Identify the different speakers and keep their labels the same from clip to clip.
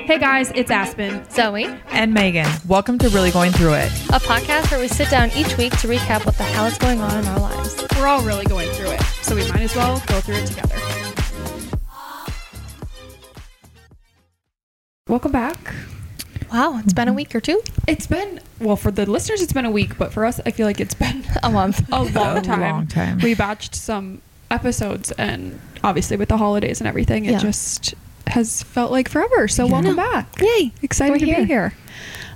Speaker 1: Hey guys, it's Aspen.
Speaker 2: Zoe,
Speaker 3: and Megan. Welcome to Really Going Through It.
Speaker 2: a podcast where we sit down each week to recap what the hell is going on in our lives.
Speaker 1: We're all really going through it, so we might as well go through it together. Welcome back.
Speaker 2: Wow, it's been a week or two?
Speaker 1: It's been, well, for the listeners, it's been a week, but for us, I feel like it's been
Speaker 2: A month.
Speaker 1: a long time.
Speaker 3: long time.
Speaker 1: We batched some episodes, and obviously with the holidays and everything, it
Speaker 2: Yeah.
Speaker 1: just has felt like forever. So welcome back.
Speaker 2: Yay.
Speaker 1: Excited
Speaker 2: We're
Speaker 1: to be
Speaker 2: here.
Speaker 1: here.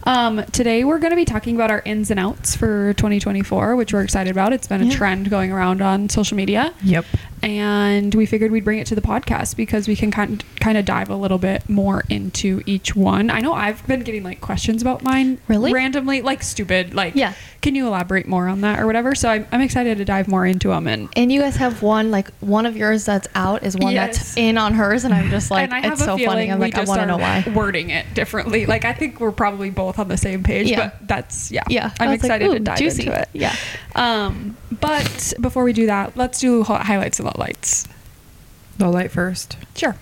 Speaker 1: Um, today we're going to be talking about our ins and outs for 2024, which we're excited about. It's been a
Speaker 2: Yeah.
Speaker 1: trend going around on social media,
Speaker 3: Yep.
Speaker 1: and we figured we'd bring it to the podcast because we can kind kind of dive a little bit more into each one. I know I've been getting like questions about mine,
Speaker 2: Really?
Speaker 1: randomly, like stupid, like
Speaker 2: Yeah.
Speaker 1: Can you elaborate more on that or whatever? So I'm, I'm excited to dive more into them and.
Speaker 2: And you guys have one, like, one of yours that's out is one
Speaker 1: Yes.
Speaker 2: that's in on hers, and I'm just like,
Speaker 1: and I have
Speaker 2: it's
Speaker 1: a
Speaker 2: so
Speaker 1: feeling
Speaker 2: funny. I'm
Speaker 1: we
Speaker 2: like, I
Speaker 1: just
Speaker 2: want to
Speaker 1: are
Speaker 2: know why.
Speaker 1: wording it differently. Like I think we're probably both on the same page,
Speaker 2: Yeah.
Speaker 1: but that's yeah.
Speaker 2: Yeah.
Speaker 1: I'm
Speaker 2: I was like,
Speaker 1: excited to
Speaker 2: ooh,
Speaker 1: dive
Speaker 2: juicy.
Speaker 1: into it.
Speaker 2: Yeah.
Speaker 1: Um, but before we do that, let's do hi- highlights and lowlights.
Speaker 3: Low light first.
Speaker 1: Sure.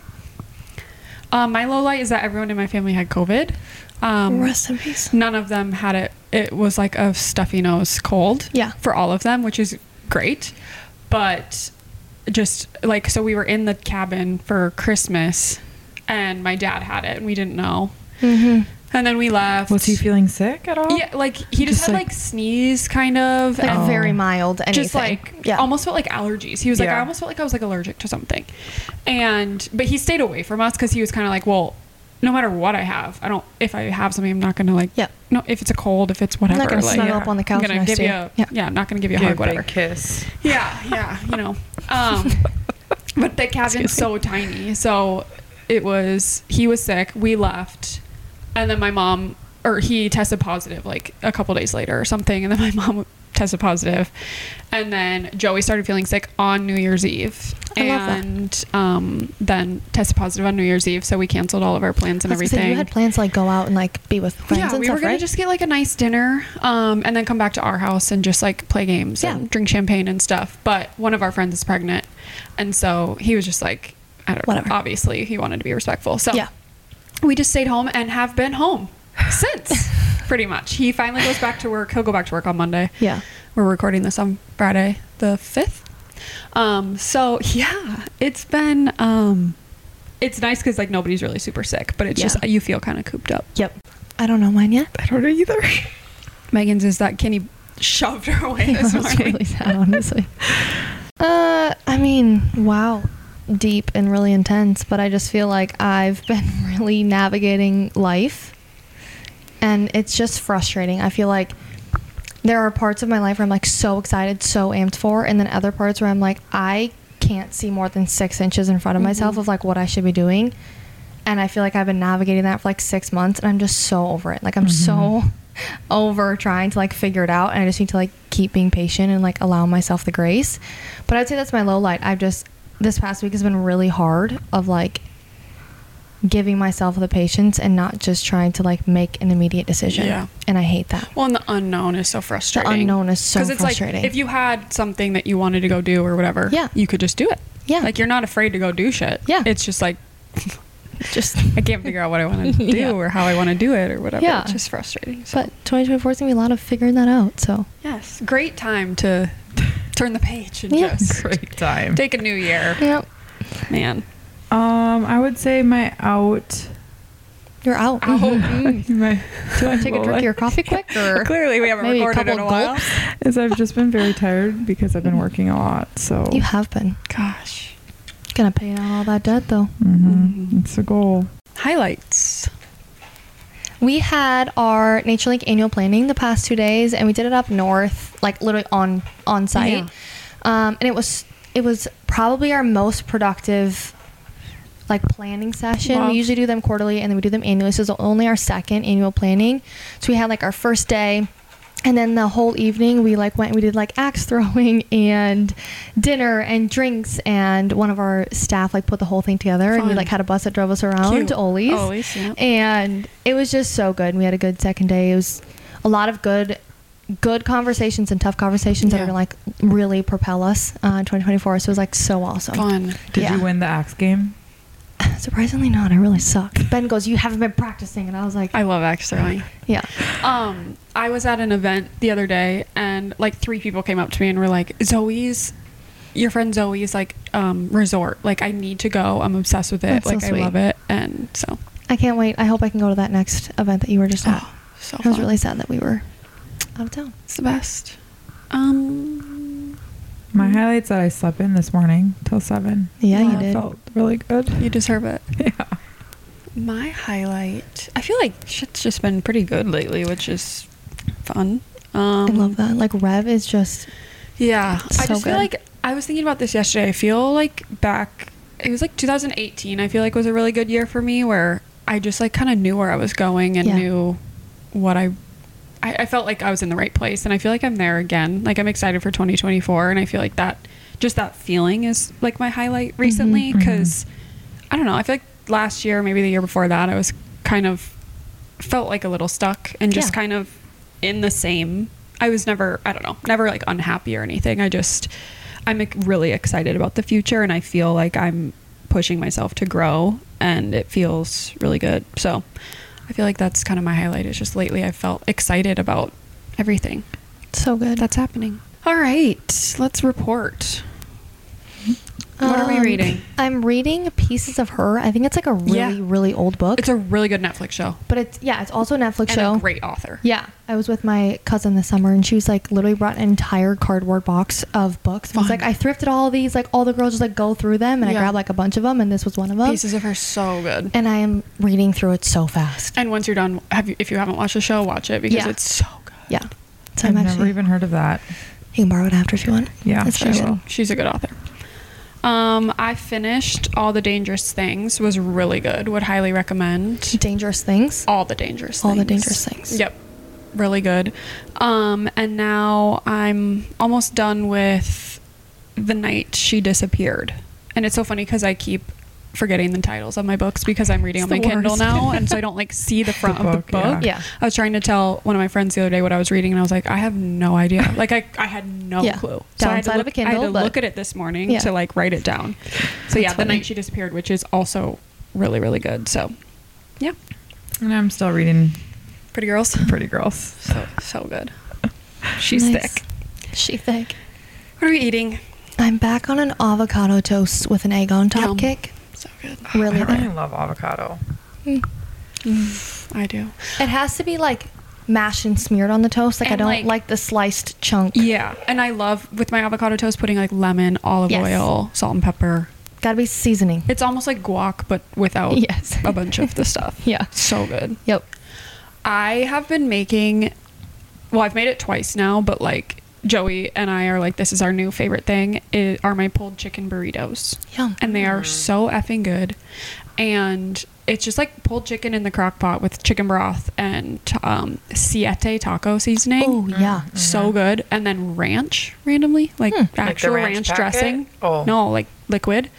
Speaker 1: Um, my low light is that everyone in my family had COVID. Um,
Speaker 2: in peace.
Speaker 1: none of them had it. It was like a stuffy nose cold.
Speaker 2: Yeah.
Speaker 1: For all of them, which is great, but just like so, we were in the cabin for Christmas, and my dad had it, and we didn't know.
Speaker 2: Mm-hmm.
Speaker 1: And then we left.
Speaker 3: Was he feeling sick at all?
Speaker 1: Yeah, like he just,
Speaker 3: Just
Speaker 1: had
Speaker 3: like-
Speaker 1: like, sneeze, kind of,
Speaker 2: Like,
Speaker 1: and
Speaker 2: very mild. Anything.
Speaker 1: just like
Speaker 2: yeah.
Speaker 1: almost felt like allergies. He was like,
Speaker 3: Yeah.
Speaker 1: I almost felt like I was like allergic to something, and but he stayed away from us because he was kind of like, well, no matter what I have, I don't. If I have something, I'm not gonna like.
Speaker 2: Yeah.
Speaker 1: No, if it's a cold, if it's whatever,
Speaker 2: I'm not going to
Speaker 1: like,
Speaker 2: snuggle
Speaker 3: yeah.
Speaker 2: up on the
Speaker 1: I'm
Speaker 2: couch
Speaker 1: gonna
Speaker 2: next
Speaker 1: give
Speaker 2: to
Speaker 1: you.
Speaker 2: you.
Speaker 1: A, yeah.
Speaker 2: yeah.
Speaker 1: I'm not gonna give you a
Speaker 3: Give
Speaker 1: hug,
Speaker 3: a
Speaker 1: whatever.
Speaker 3: big kiss.
Speaker 1: Yeah, yeah, you know. Um, but the cabin's so tiny, so it was he was sick. We left, and then my mom or he tested positive like a couple days later or something, and then my mom tested positive, and then Joey started feeling sick on New Year's Eve.
Speaker 2: I love that.
Speaker 1: and um, then tested positive on New Year's Eve, so we canceled all of our plans and
Speaker 2: I was gonna say,
Speaker 1: everything.
Speaker 2: you had plans to, like, go out and, like, be with friends
Speaker 1: yeah,
Speaker 2: and
Speaker 1: we
Speaker 2: stuff,
Speaker 1: were gonna
Speaker 2: right?
Speaker 1: just get like a nice dinner, um, and then come back to our house and just like play games
Speaker 2: Yeah.
Speaker 1: and drink champagne and stuff. But one of our friends is pregnant, and so he was just like, I don't
Speaker 2: Whatever.
Speaker 1: Obviously, he wanted to be respectful, so
Speaker 2: Yeah.
Speaker 1: we just stayed home and have been home since, pretty much. He finally goes back to work. He'll go back to work on Monday.
Speaker 2: Yeah.
Speaker 1: we're recording this on Friday the fifth. Um, so yeah, it's been um, it's nice because like nobody's really super sick, but it's
Speaker 2: Yeah.
Speaker 1: just you feel kind of cooped up.
Speaker 2: Yep. I don't know mine yet.
Speaker 3: I don't know either.
Speaker 1: Megan's is that Kenny shoved her away this
Speaker 2: That's
Speaker 1: morning.
Speaker 2: really sad, honestly. uh, I mean, wow, deep and really intense. But I just feel like I've been really navigating life, and it's just frustrating. I feel like there are parts of my life where I'm like so excited, so amped for, and then other parts where I'm like I can't see more than six inches in front of myself
Speaker 1: Mhm.
Speaker 2: of like what I should be doing. And I feel like I've been navigating that for like six months, and I'm just so over it. Like I'm so over trying to like figure it out, and I just need to like keep being patient and like allow myself the grace. But I'd say that's my low light. I've just this past week has been really hard of like giving myself the patience and not just trying to like make an immediate decision.
Speaker 1: Yeah.
Speaker 2: And I hate that.
Speaker 1: Well, and the unknown is so frustrating.
Speaker 2: unknown is so
Speaker 1: 'Cause it's
Speaker 2: frustrating.
Speaker 1: Like, if you had something that you wanted to go do or whatever,
Speaker 2: Yeah.
Speaker 1: you could just do it.
Speaker 2: Yeah.
Speaker 1: like you're not afraid to go do shit.
Speaker 2: Yeah.
Speaker 1: it's just like
Speaker 2: Just
Speaker 1: I can't figure out what I want to do
Speaker 2: Yeah.
Speaker 1: or how I want to do it or whatever.
Speaker 2: Yeah.
Speaker 1: it's just frustrating. So.
Speaker 2: but 2024 is gonna be a lot of figuring that out. So
Speaker 1: yes, great time to turn the page and
Speaker 2: Yeah.
Speaker 1: just
Speaker 3: Great time.
Speaker 1: take a new year,
Speaker 2: yep,
Speaker 1: man.
Speaker 3: Um, I would say my out.
Speaker 2: you're out.
Speaker 1: Ow. Mm.
Speaker 3: My, do I
Speaker 2: Take a drink of your coffee quick, or
Speaker 1: Clearly, we haven't
Speaker 2: Maybe a
Speaker 1: recorded in a
Speaker 2: couple
Speaker 1: while.
Speaker 2: gulps. Mm-hmm.
Speaker 3: Is I've just been very tired because I've been working a lot. So.
Speaker 2: you have been
Speaker 1: Gosh,
Speaker 2: gonna pay down all that debt though. Mm-hmm.
Speaker 3: Mhm. It's a goal.
Speaker 1: highlights.
Speaker 2: We had our Nature Link annual planning the past two days, and we did it up north, like literally on on site.
Speaker 1: Yeah.
Speaker 2: Um, and it was it was probably our most productive like planning session.
Speaker 1: Wow.
Speaker 2: We usually do them quarterly, and then we do them annually. So it's only our second annual planning. So we had like our first day. And then the whole evening we like went and we did like axe throwing and dinner and drinks and one of our staff like put the whole thing together and we
Speaker 1: Fun.
Speaker 2: like had a bus that drove us around
Speaker 1: Cute. Oh,
Speaker 2: to Ollie's.
Speaker 1: Ollie's, yeah.
Speaker 2: And it was just so good. We had a good second day. It was a lot of good good conversations and tough conversations that
Speaker 1: Yeah.
Speaker 2: are gonna like really propel us uh, in 2024. So it was like so awesome.
Speaker 1: Fun.
Speaker 3: Did
Speaker 2: Yeah.
Speaker 3: you win the axe game?
Speaker 2: Surprisingly not. I really suck. Ben goes, You haven't been practicing. And I was like,
Speaker 1: I love axe throwing.
Speaker 2: Yeah.
Speaker 1: Um, I was at an event the other day, and like three people came up to me and were like, "Zoe's, your friend Zoe's like um, resort. Like, I need to go. I'm obsessed with it.
Speaker 2: That's so
Speaker 1: like, I
Speaker 2: sweet.
Speaker 1: love it." And so,
Speaker 2: I can't wait. I hope I can go to that next event that you were just at.
Speaker 1: oh, so
Speaker 2: I was
Speaker 1: fun.
Speaker 2: really sad that we were out of town.
Speaker 1: it's the best. Um,
Speaker 3: My highlights that I slept in this morning till seven.
Speaker 2: Mm-hmm. Yeah,
Speaker 1: you
Speaker 3: That
Speaker 2: did.
Speaker 3: Felt really good.
Speaker 1: you deserve it.
Speaker 3: Yeah.
Speaker 1: My highlight. I feel like shit's just been pretty good lately, which is fun. Um,
Speaker 2: I love that. Like Rev is just
Speaker 1: Yeah,
Speaker 2: It's
Speaker 1: I
Speaker 2: so
Speaker 1: just feel
Speaker 2: good.
Speaker 1: like I was thinking about this yesterday. I feel like back it was like 2018. I feel like was a really good year for me where I just like kind of knew where I was going and
Speaker 2: Yeah.
Speaker 1: knew what I, I I felt like I was in the right place and I feel like I'm there again. Like I'm excited for 2024 and I feel like that just that feeling is like my highlight
Speaker 2: Mm-hmm.
Speaker 1: recently
Speaker 3: mhm.
Speaker 1: cuz I don't know. I feel like last year, maybe the year before that, I was kind of felt like a little stuck and just
Speaker 2: Yeah.
Speaker 1: kind of in the same. I was never, I don't know, never like unhappy or anything. I just, I'm like, really excited about the future and I feel like I'm pushing myself to grow and it feels really good. So I feel like that's kind of my highlight is just lately I felt excited about everything
Speaker 2: so good.
Speaker 1: that's happening. All right, let's report. What are we
Speaker 2: Um,
Speaker 1: reading?
Speaker 2: I'm reading Pieces of Her. I think it's like a really,
Speaker 1: Yeah.
Speaker 2: really old book.
Speaker 1: It's a really good Netflix show.
Speaker 2: but it's yeah, it's also a Netflix
Speaker 1: And
Speaker 2: show.
Speaker 1: a great author.
Speaker 2: Yeah, I was with my cousin this summer, and she was like, literally brought an entire cardboard box of books. And I was
Speaker 1: Fun.
Speaker 2: like, I thrifted all these, like all the girls just like go through them, and
Speaker 1: Yeah.
Speaker 2: I grabbed like a bunch of them, and this was one of them.
Speaker 1: Pieces of her so good.
Speaker 2: and I am reading through it so fast.
Speaker 1: And once you're done, have you, if you haven't watched the show, watch it because
Speaker 2: Yeah.
Speaker 1: it's so good.
Speaker 2: yeah, so
Speaker 3: I've
Speaker 2: I'm
Speaker 3: never
Speaker 2: actually.
Speaker 3: even heard of that.
Speaker 2: you can borrow it after if you want.
Speaker 3: Yeah,
Speaker 2: it's very
Speaker 3: sure.
Speaker 2: good.
Speaker 1: She's a good author. Um, I finished All the Dangerous Things. Was really good. Would highly recommend.
Speaker 2: Dangerous things.
Speaker 1: All the Dangerous
Speaker 2: All
Speaker 1: Things.
Speaker 2: the Dangerous Things.
Speaker 1: Yep. Really good. Um, and now I'm almost done with The Night She Disappeared. And it's so funny because I keep forgetting the titles of my books because I'm reading
Speaker 2: It's
Speaker 1: on my
Speaker 2: the
Speaker 1: Kindle
Speaker 2: worst.
Speaker 1: now. And so I don't like see the front
Speaker 3: The
Speaker 1: of the
Speaker 3: book,
Speaker 1: book.
Speaker 3: yeah.
Speaker 2: Yeah.
Speaker 1: I was trying to tell one of my friends the other day what I was reading, and I was like, I have no idea. Like, I, I had no
Speaker 2: Yeah.
Speaker 1: clue. I had to
Speaker 2: Downside of
Speaker 1: look,
Speaker 2: a Kindle,
Speaker 1: I had to
Speaker 2: but-
Speaker 1: look at it this morning
Speaker 2: Yeah.
Speaker 1: to like write it down. So
Speaker 2: That's
Speaker 1: yeah, the
Speaker 2: funny.
Speaker 1: night she disappeared, which is also really really good. So yeah,
Speaker 3: And I'm still reading
Speaker 1: pretty girls,
Speaker 3: Pretty Girls.
Speaker 1: so so good. She's
Speaker 2: Nice.
Speaker 1: thick.
Speaker 2: She thick.
Speaker 1: What are we eating?
Speaker 2: I'm back on an avocado toast with an egg on top
Speaker 1: Yum.
Speaker 2: kick.
Speaker 1: So good.
Speaker 2: Really
Speaker 3: I really
Speaker 2: there.
Speaker 3: love avocado.
Speaker 2: Mm.
Speaker 1: I do.
Speaker 2: It has to be like mashed and smeared on the toast. Like I
Speaker 1: And,
Speaker 2: don't
Speaker 1: like-
Speaker 2: like, the sliced chunk.
Speaker 1: Yeah, and I love with my avocado toast putting like lemon, olive
Speaker 2: Yes.
Speaker 1: oil, salt and pepper.
Speaker 2: Gotta be seasoning.
Speaker 1: It's almost like guac, but without
Speaker 2: Yes.
Speaker 1: a bunch of the stuff.
Speaker 2: Yeah.
Speaker 1: so good.
Speaker 2: Yep.
Speaker 1: I have been making, well, I've made it twice now, but like Joey and I are like, this is our new favorite thing. It are my pulled chicken burritos,
Speaker 2: Yum.
Speaker 1: and they are so effing good. And it's just like pulled chicken in the crock pot with chicken broth and um, siete taco seasoning.
Speaker 2: Oh yeah.
Speaker 3: Mm-hmm.
Speaker 1: So good, and then ranch randomly, like
Speaker 2: Hmm. Like
Speaker 1: actual ranch,
Speaker 3: ranch packet?
Speaker 1: dressing.
Speaker 3: Oh.
Speaker 1: no, like liquid,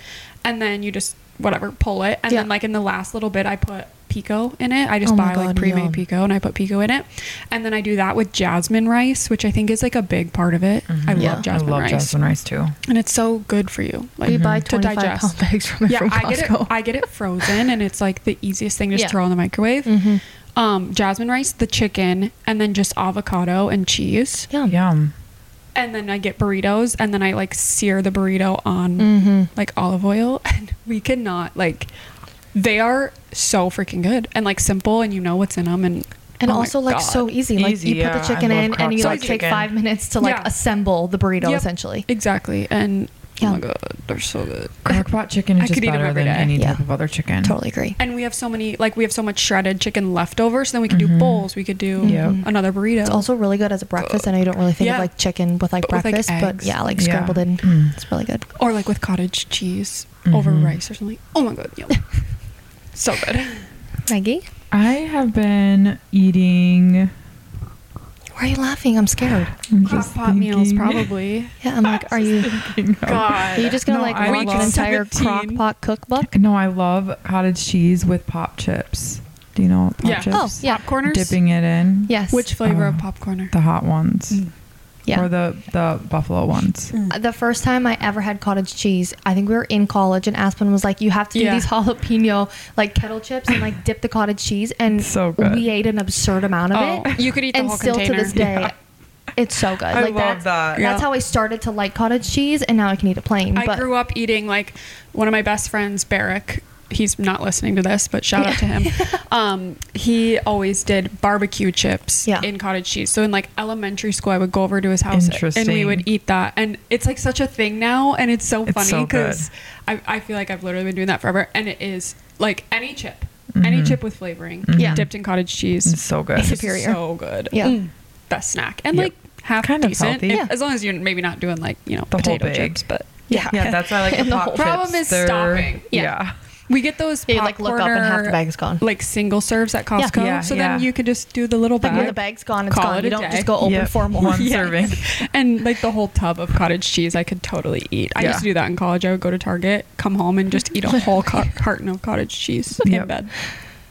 Speaker 1: and then you just whatever pull it, and
Speaker 2: Yeah.
Speaker 1: then like in the last little bit, I put pico in it. I just
Speaker 2: Oh my
Speaker 1: buy like
Speaker 2: God,
Speaker 1: pre-made
Speaker 2: yum.
Speaker 1: pico, and I put pico in it, and then I do that with jasmine rice, which I think is like a big part of it. I
Speaker 2: Mm-hmm. Yeah. I
Speaker 1: love
Speaker 3: I
Speaker 1: jasmine
Speaker 3: love
Speaker 1: rice,
Speaker 3: jasmine rice too.
Speaker 1: and it's so good for you. Like
Speaker 2: We
Speaker 3: Mm-hmm.
Speaker 2: buy
Speaker 1: to
Speaker 2: 25
Speaker 1: digest.
Speaker 2: pound Mm-hmm. bags from it
Speaker 1: yeah,
Speaker 2: from
Speaker 1: I get
Speaker 2: Costco.
Speaker 1: it. I get it frozen, and it's like the easiest thing to just
Speaker 2: Yeah.
Speaker 1: throw in the microwave.
Speaker 2: Mhm.
Speaker 1: Um, jasmine rice, the chicken, and then just avocado and cheese
Speaker 2: Yum.
Speaker 3: Yum.
Speaker 1: and then I get burritos, and then I like sear the burrito on
Speaker 2: Mhm.
Speaker 1: like olive oil, and we cannot like they are so freaking good and like simple, and you know what's in them, and
Speaker 2: And
Speaker 1: oh my
Speaker 2: also like
Speaker 1: God.
Speaker 2: so easy. Like
Speaker 3: Easy,
Speaker 2: you put
Speaker 3: yeah.
Speaker 2: the
Speaker 3: I
Speaker 2: chicken
Speaker 3: love
Speaker 2: in and you
Speaker 1: crock-pot
Speaker 2: like take
Speaker 3: chicken.
Speaker 2: five minutes to like
Speaker 1: Yeah.
Speaker 2: assemble the burrito
Speaker 1: Yep.
Speaker 2: essentially.
Speaker 1: exactly, and oh my
Speaker 2: Yum.
Speaker 1: god, they're so good.
Speaker 3: Crockpot chicken
Speaker 1: I
Speaker 3: is just
Speaker 1: could eat 'em
Speaker 3: better
Speaker 1: every
Speaker 3: than
Speaker 1: day.
Speaker 3: any
Speaker 2: Yeah.
Speaker 3: type of other chicken.
Speaker 2: Totally agree.
Speaker 1: And we have so many like we have so much shredded chicken leftover, so then we could do bowls, we could do
Speaker 3: Yep.
Speaker 1: another burrito.
Speaker 2: Mm-hmm. It's also really good as a breakfast. I know you don't really think
Speaker 1: Yeah.
Speaker 2: of like chicken with like
Speaker 1: But with, like,
Speaker 2: breakfast, but
Speaker 1: eggs.
Speaker 2: yeah, like
Speaker 3: Yeah.
Speaker 2: scrambled in.
Speaker 3: Mm.
Speaker 2: It's really good.
Speaker 1: or like with cottage cheese over
Speaker 3: Mhm.
Speaker 1: rice or something. Oh my god, yum. so good.
Speaker 2: Maggie,
Speaker 3: I have been eating.
Speaker 2: why are you laughing? I'm scared.
Speaker 3: I'm
Speaker 1: Hot pot
Speaker 3: just
Speaker 1: meals
Speaker 3: thinking.
Speaker 1: probably.
Speaker 2: Yeah, I'm like, are you
Speaker 3: Thinking of-
Speaker 1: God,
Speaker 2: are you just gonna
Speaker 3: No,
Speaker 2: like
Speaker 3: I
Speaker 2: launch an
Speaker 3: love-
Speaker 2: entire
Speaker 1: 17.
Speaker 2: crock pot cookbook?
Speaker 3: No, I love cottage cheese with pop chips. Do you know what pop
Speaker 1: Yeah.
Speaker 3: chips?
Speaker 2: Oh, yeah.
Speaker 1: popcorners?
Speaker 3: Dipping it in.
Speaker 2: Yes.
Speaker 1: Which flavor
Speaker 3: Oh.
Speaker 1: of popcorner?
Speaker 3: The hot ones.
Speaker 2: Yeah. Mm.
Speaker 3: Or the the buffalo ones.
Speaker 1: Mm.
Speaker 2: The first time I ever had cottage cheese, I think we were in college, and Aspen was like, "You have to do
Speaker 1: Yeah.
Speaker 2: these jalapeno like kettle chips and like dip the cottage cheese." And
Speaker 3: So good.
Speaker 2: we ate an absurd amount of
Speaker 1: Oh,
Speaker 2: it.
Speaker 1: you could eat the
Speaker 2: and
Speaker 1: whole
Speaker 2: still to
Speaker 1: container.
Speaker 2: this day,
Speaker 3: Yeah.
Speaker 2: it's so good.
Speaker 3: I
Speaker 2: like
Speaker 3: love
Speaker 2: that's,
Speaker 3: that.
Speaker 2: That's
Speaker 1: Yeah.
Speaker 2: how I started to like cottage cheese, and now I can eat it plain.
Speaker 1: I
Speaker 2: but
Speaker 1: grew up eating like one of my best friends, Barrick. He's not listening to this, but shout out to him. Um, he always did barbecue chips
Speaker 2: Yeah.
Speaker 1: in cottage cheese. So in like elementary school, I would go over to his house and we
Speaker 3: Interesting.
Speaker 1: would eat that. And it's like such a thing now, and it's so
Speaker 3: It's
Speaker 1: funny
Speaker 3: so good.
Speaker 1: because I, I feel like I've literally been doing that forever. And it is like any chip, any chip with flavoring,
Speaker 2: Yeah.
Speaker 1: dipped in cottage cheese,
Speaker 3: Mm-hmm. It's so good.
Speaker 1: It's just
Speaker 2: Superior.
Speaker 1: so good. Mm.
Speaker 2: Yeah.
Speaker 1: best snack and
Speaker 3: Yep.
Speaker 1: like half
Speaker 3: Kind of
Speaker 1: decent,
Speaker 3: healthy.
Speaker 1: if-
Speaker 2: Yeah.
Speaker 1: as long as you're maybe not doing like you know
Speaker 3: The whole
Speaker 1: potato
Speaker 3: bag.
Speaker 1: chips, but
Speaker 2: yeah,
Speaker 3: Yeah, that's why I like the,
Speaker 2: And the
Speaker 3: pop
Speaker 2: whole-
Speaker 3: chips.
Speaker 1: Problem is
Speaker 3: They're-
Speaker 1: stopping.
Speaker 2: Yeah.
Speaker 3: yeah.
Speaker 1: We get those
Speaker 2: You,
Speaker 1: popcorn
Speaker 2: like, look up and half the bag is gone.
Speaker 1: Like single serves at Costco.
Speaker 3: Yeah,
Speaker 1: so
Speaker 3: yeah.
Speaker 1: then you could just do the little
Speaker 2: like
Speaker 1: bag.
Speaker 2: when the bag's gone, it's
Speaker 1: Call
Speaker 2: gone.
Speaker 1: it
Speaker 2: you
Speaker 1: a
Speaker 2: don't
Speaker 1: day.
Speaker 2: just go open
Speaker 3: Yep.
Speaker 2: for more.
Speaker 3: One
Speaker 1: Yeah.
Speaker 3: serving.
Speaker 1: And like the whole tub of cottage cheese I could totally eat. I
Speaker 3: Yeah.
Speaker 1: used to do that in college. I would go to Target, come home and just eat a whole co- carton of cottage cheese
Speaker 3: Yep.
Speaker 1: in bed.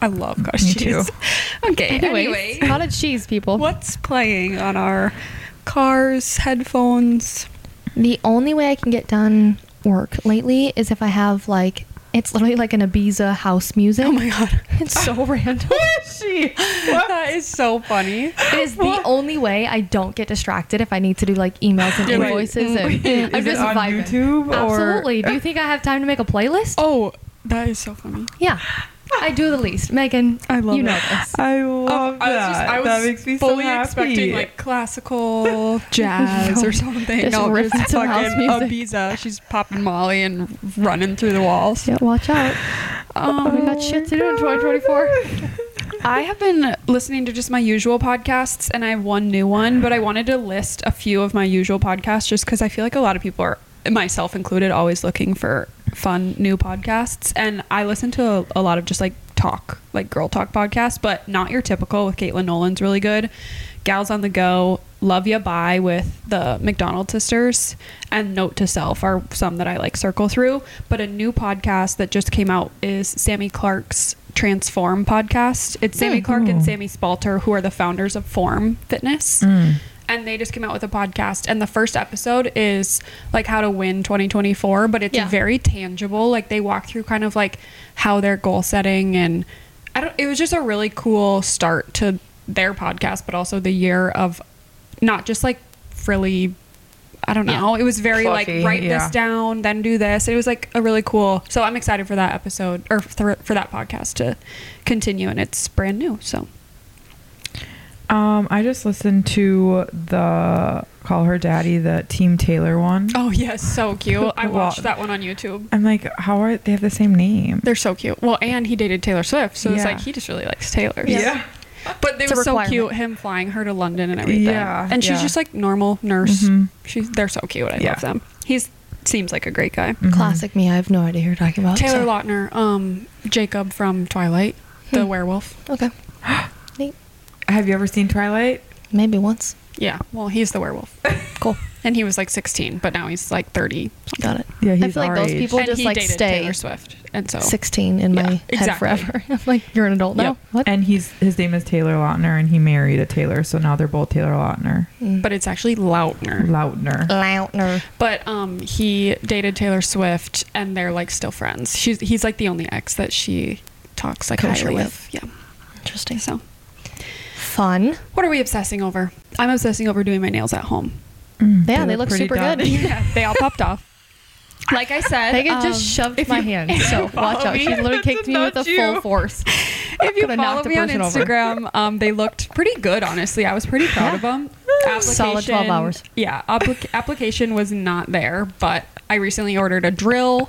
Speaker 1: I love cottage
Speaker 3: Me
Speaker 1: cheese. Okay.
Speaker 2: Anyways,
Speaker 1: Anyway,
Speaker 2: cottage cheese, people.
Speaker 1: what's playing on our cars, headphones?
Speaker 2: The only way I can get done work lately is if I have like it's literally like an Ibiza house music.
Speaker 1: Oh my god.
Speaker 2: It's so random.
Speaker 3: she?
Speaker 1: that is so funny.
Speaker 2: It is the only way I don't get distracted if I need to do like emails and
Speaker 1: You're like, "Mm,
Speaker 2: invoices and I'm
Speaker 3: Is it
Speaker 2: just
Speaker 3: on
Speaker 2: vibing.
Speaker 3: YouTube or
Speaker 2: Absolutely. Do you think I have time to make a playlist?
Speaker 1: Oh, that is so funny.
Speaker 2: Yeah. I do the least. Megan,
Speaker 1: I love
Speaker 2: you know
Speaker 1: it.
Speaker 2: this.
Speaker 3: I love
Speaker 1: Um,
Speaker 3: that. that makes me
Speaker 1: fully
Speaker 3: so happy.
Speaker 1: expecting like classical jazz or something.
Speaker 2: Just
Speaker 1: no,
Speaker 2: riffing
Speaker 1: just
Speaker 2: some house
Speaker 1: fucking Ibiza. She's popping Molly and running through the walls.
Speaker 2: Yeah, watch out.
Speaker 1: Um,
Speaker 2: we got
Speaker 3: Oh
Speaker 2: shit to do in 2024.
Speaker 1: I have been listening to just my usual podcasts, and I have one new one, but I wanted to list a few of my usual podcasts just because I feel like a lot of people are, myself included, always looking for fun new podcasts. And I listen to a, a lot of just like talk, like girl talk podcasts, but not your typical with Caitlin Nolan's really good. Gals on the Go, Love Ya Bye with the McDonald sisters, and Note to Self are some that I like circle through. But a new podcast that just came out is Sammy Clark's Transform podcast. It's Sammy
Speaker 2: Hmm.
Speaker 1: Clark and
Speaker 3: Oh.
Speaker 1: Sammy Spalter, who are the founders of Form Fitness.
Speaker 2: Mm.
Speaker 1: And they just came out with a podcast. And the first episode is like how to win 2024, but it's
Speaker 2: Yeah.
Speaker 1: very tangible. Like they walk through kind of like how their goal setting and I don't, it was just a really cool start to their podcast, but also the year of not just like frilly, I don't
Speaker 2: Yeah.
Speaker 1: know. It was very
Speaker 3: Fluffy,
Speaker 1: like write
Speaker 3: yeah.
Speaker 1: this down, then do this. It was like a really cool. So I'm excited for that episode or for for that podcast to continue, and it's brand new. So
Speaker 3: Um, I just listened to the Call Her Daddy, the Team Taylor one.
Speaker 1: oh yes, so cute. I
Speaker 3: Well-
Speaker 1: watched that one on YouTube.
Speaker 3: I'm like, how are they have the same name?
Speaker 1: They're so cute. Well, and he dated Taylor Swift, so it's
Speaker 3: Yeah.
Speaker 1: like he just really likes Taylor.
Speaker 3: yeah.
Speaker 1: but they
Speaker 2: It's a
Speaker 1: were so
Speaker 2: requirement.
Speaker 1: cute. Him flying her to London and everything.
Speaker 3: Yeah,
Speaker 1: and she's
Speaker 3: yeah.
Speaker 1: just like normal nurse.
Speaker 3: Mhm.
Speaker 1: She's they're so cute. I
Speaker 3: Yeah.
Speaker 1: love them. He's seems like a great guy.
Speaker 3: Mhm.
Speaker 2: Classic me. I have no idea who you're talking about.
Speaker 1: Taylor
Speaker 2: so-
Speaker 1: Lautner, um, Jacob from Twilight, the
Speaker 2: Hmm.
Speaker 1: werewolf.
Speaker 2: Okay. Neat.
Speaker 3: Have you ever seen Twilight?
Speaker 2: Maybe once.
Speaker 1: Yeah, well, he's the werewolf,
Speaker 2: Cool.
Speaker 1: and he was like 16, but now he's like 30. Something.
Speaker 2: Got it.
Speaker 3: Yeah,
Speaker 2: I
Speaker 3: he's
Speaker 2: feel like
Speaker 3: our
Speaker 2: those
Speaker 3: age.
Speaker 2: people
Speaker 1: and
Speaker 2: just
Speaker 1: he
Speaker 2: like
Speaker 1: dated
Speaker 2: stay
Speaker 1: Taylor Swift, and so
Speaker 2: 16 in my
Speaker 1: Yeah,
Speaker 2: head
Speaker 1: exactly.
Speaker 2: forever. I'm like, you're an adult now.
Speaker 1: Yep.
Speaker 2: What?
Speaker 3: And he's his name is Taylor Lautner, and he married a Taylor, so now they're both Taylor Lautner.
Speaker 2: Mm.
Speaker 1: But it's actually Lautner.
Speaker 3: Lautner.
Speaker 2: Uh, Lautner.
Speaker 1: But um, he dated Taylor Swift, and they're like still friends. She's he's like the only ex that she talks like
Speaker 2: Kosher
Speaker 1: highly
Speaker 2: with.
Speaker 1: of. Yeah.
Speaker 2: Interesting.
Speaker 1: So
Speaker 2: Fun.
Speaker 1: what are we obsessing over? I'm obsessing over doing my nails at home.
Speaker 3: Mm,
Speaker 2: Yeah, they
Speaker 3: look
Speaker 2: look
Speaker 3: pretty
Speaker 2: super
Speaker 3: done.
Speaker 2: good.
Speaker 1: Yeah, they all popped off. Like I said,
Speaker 2: Megan just
Speaker 1: um,
Speaker 2: shoved
Speaker 1: if
Speaker 2: my
Speaker 1: you-
Speaker 2: hand, so watch out. She literally kicked me with a full force.
Speaker 1: if you follow
Speaker 2: Could've knocked a
Speaker 1: me on
Speaker 2: person over.
Speaker 1: Instagram, um, they looked pretty good, honestly. I was pretty proud of them.
Speaker 2: Solid 12
Speaker 1: Application-
Speaker 2: hours.
Speaker 1: Yeah, applic- application was not there, but I recently ordered a drill,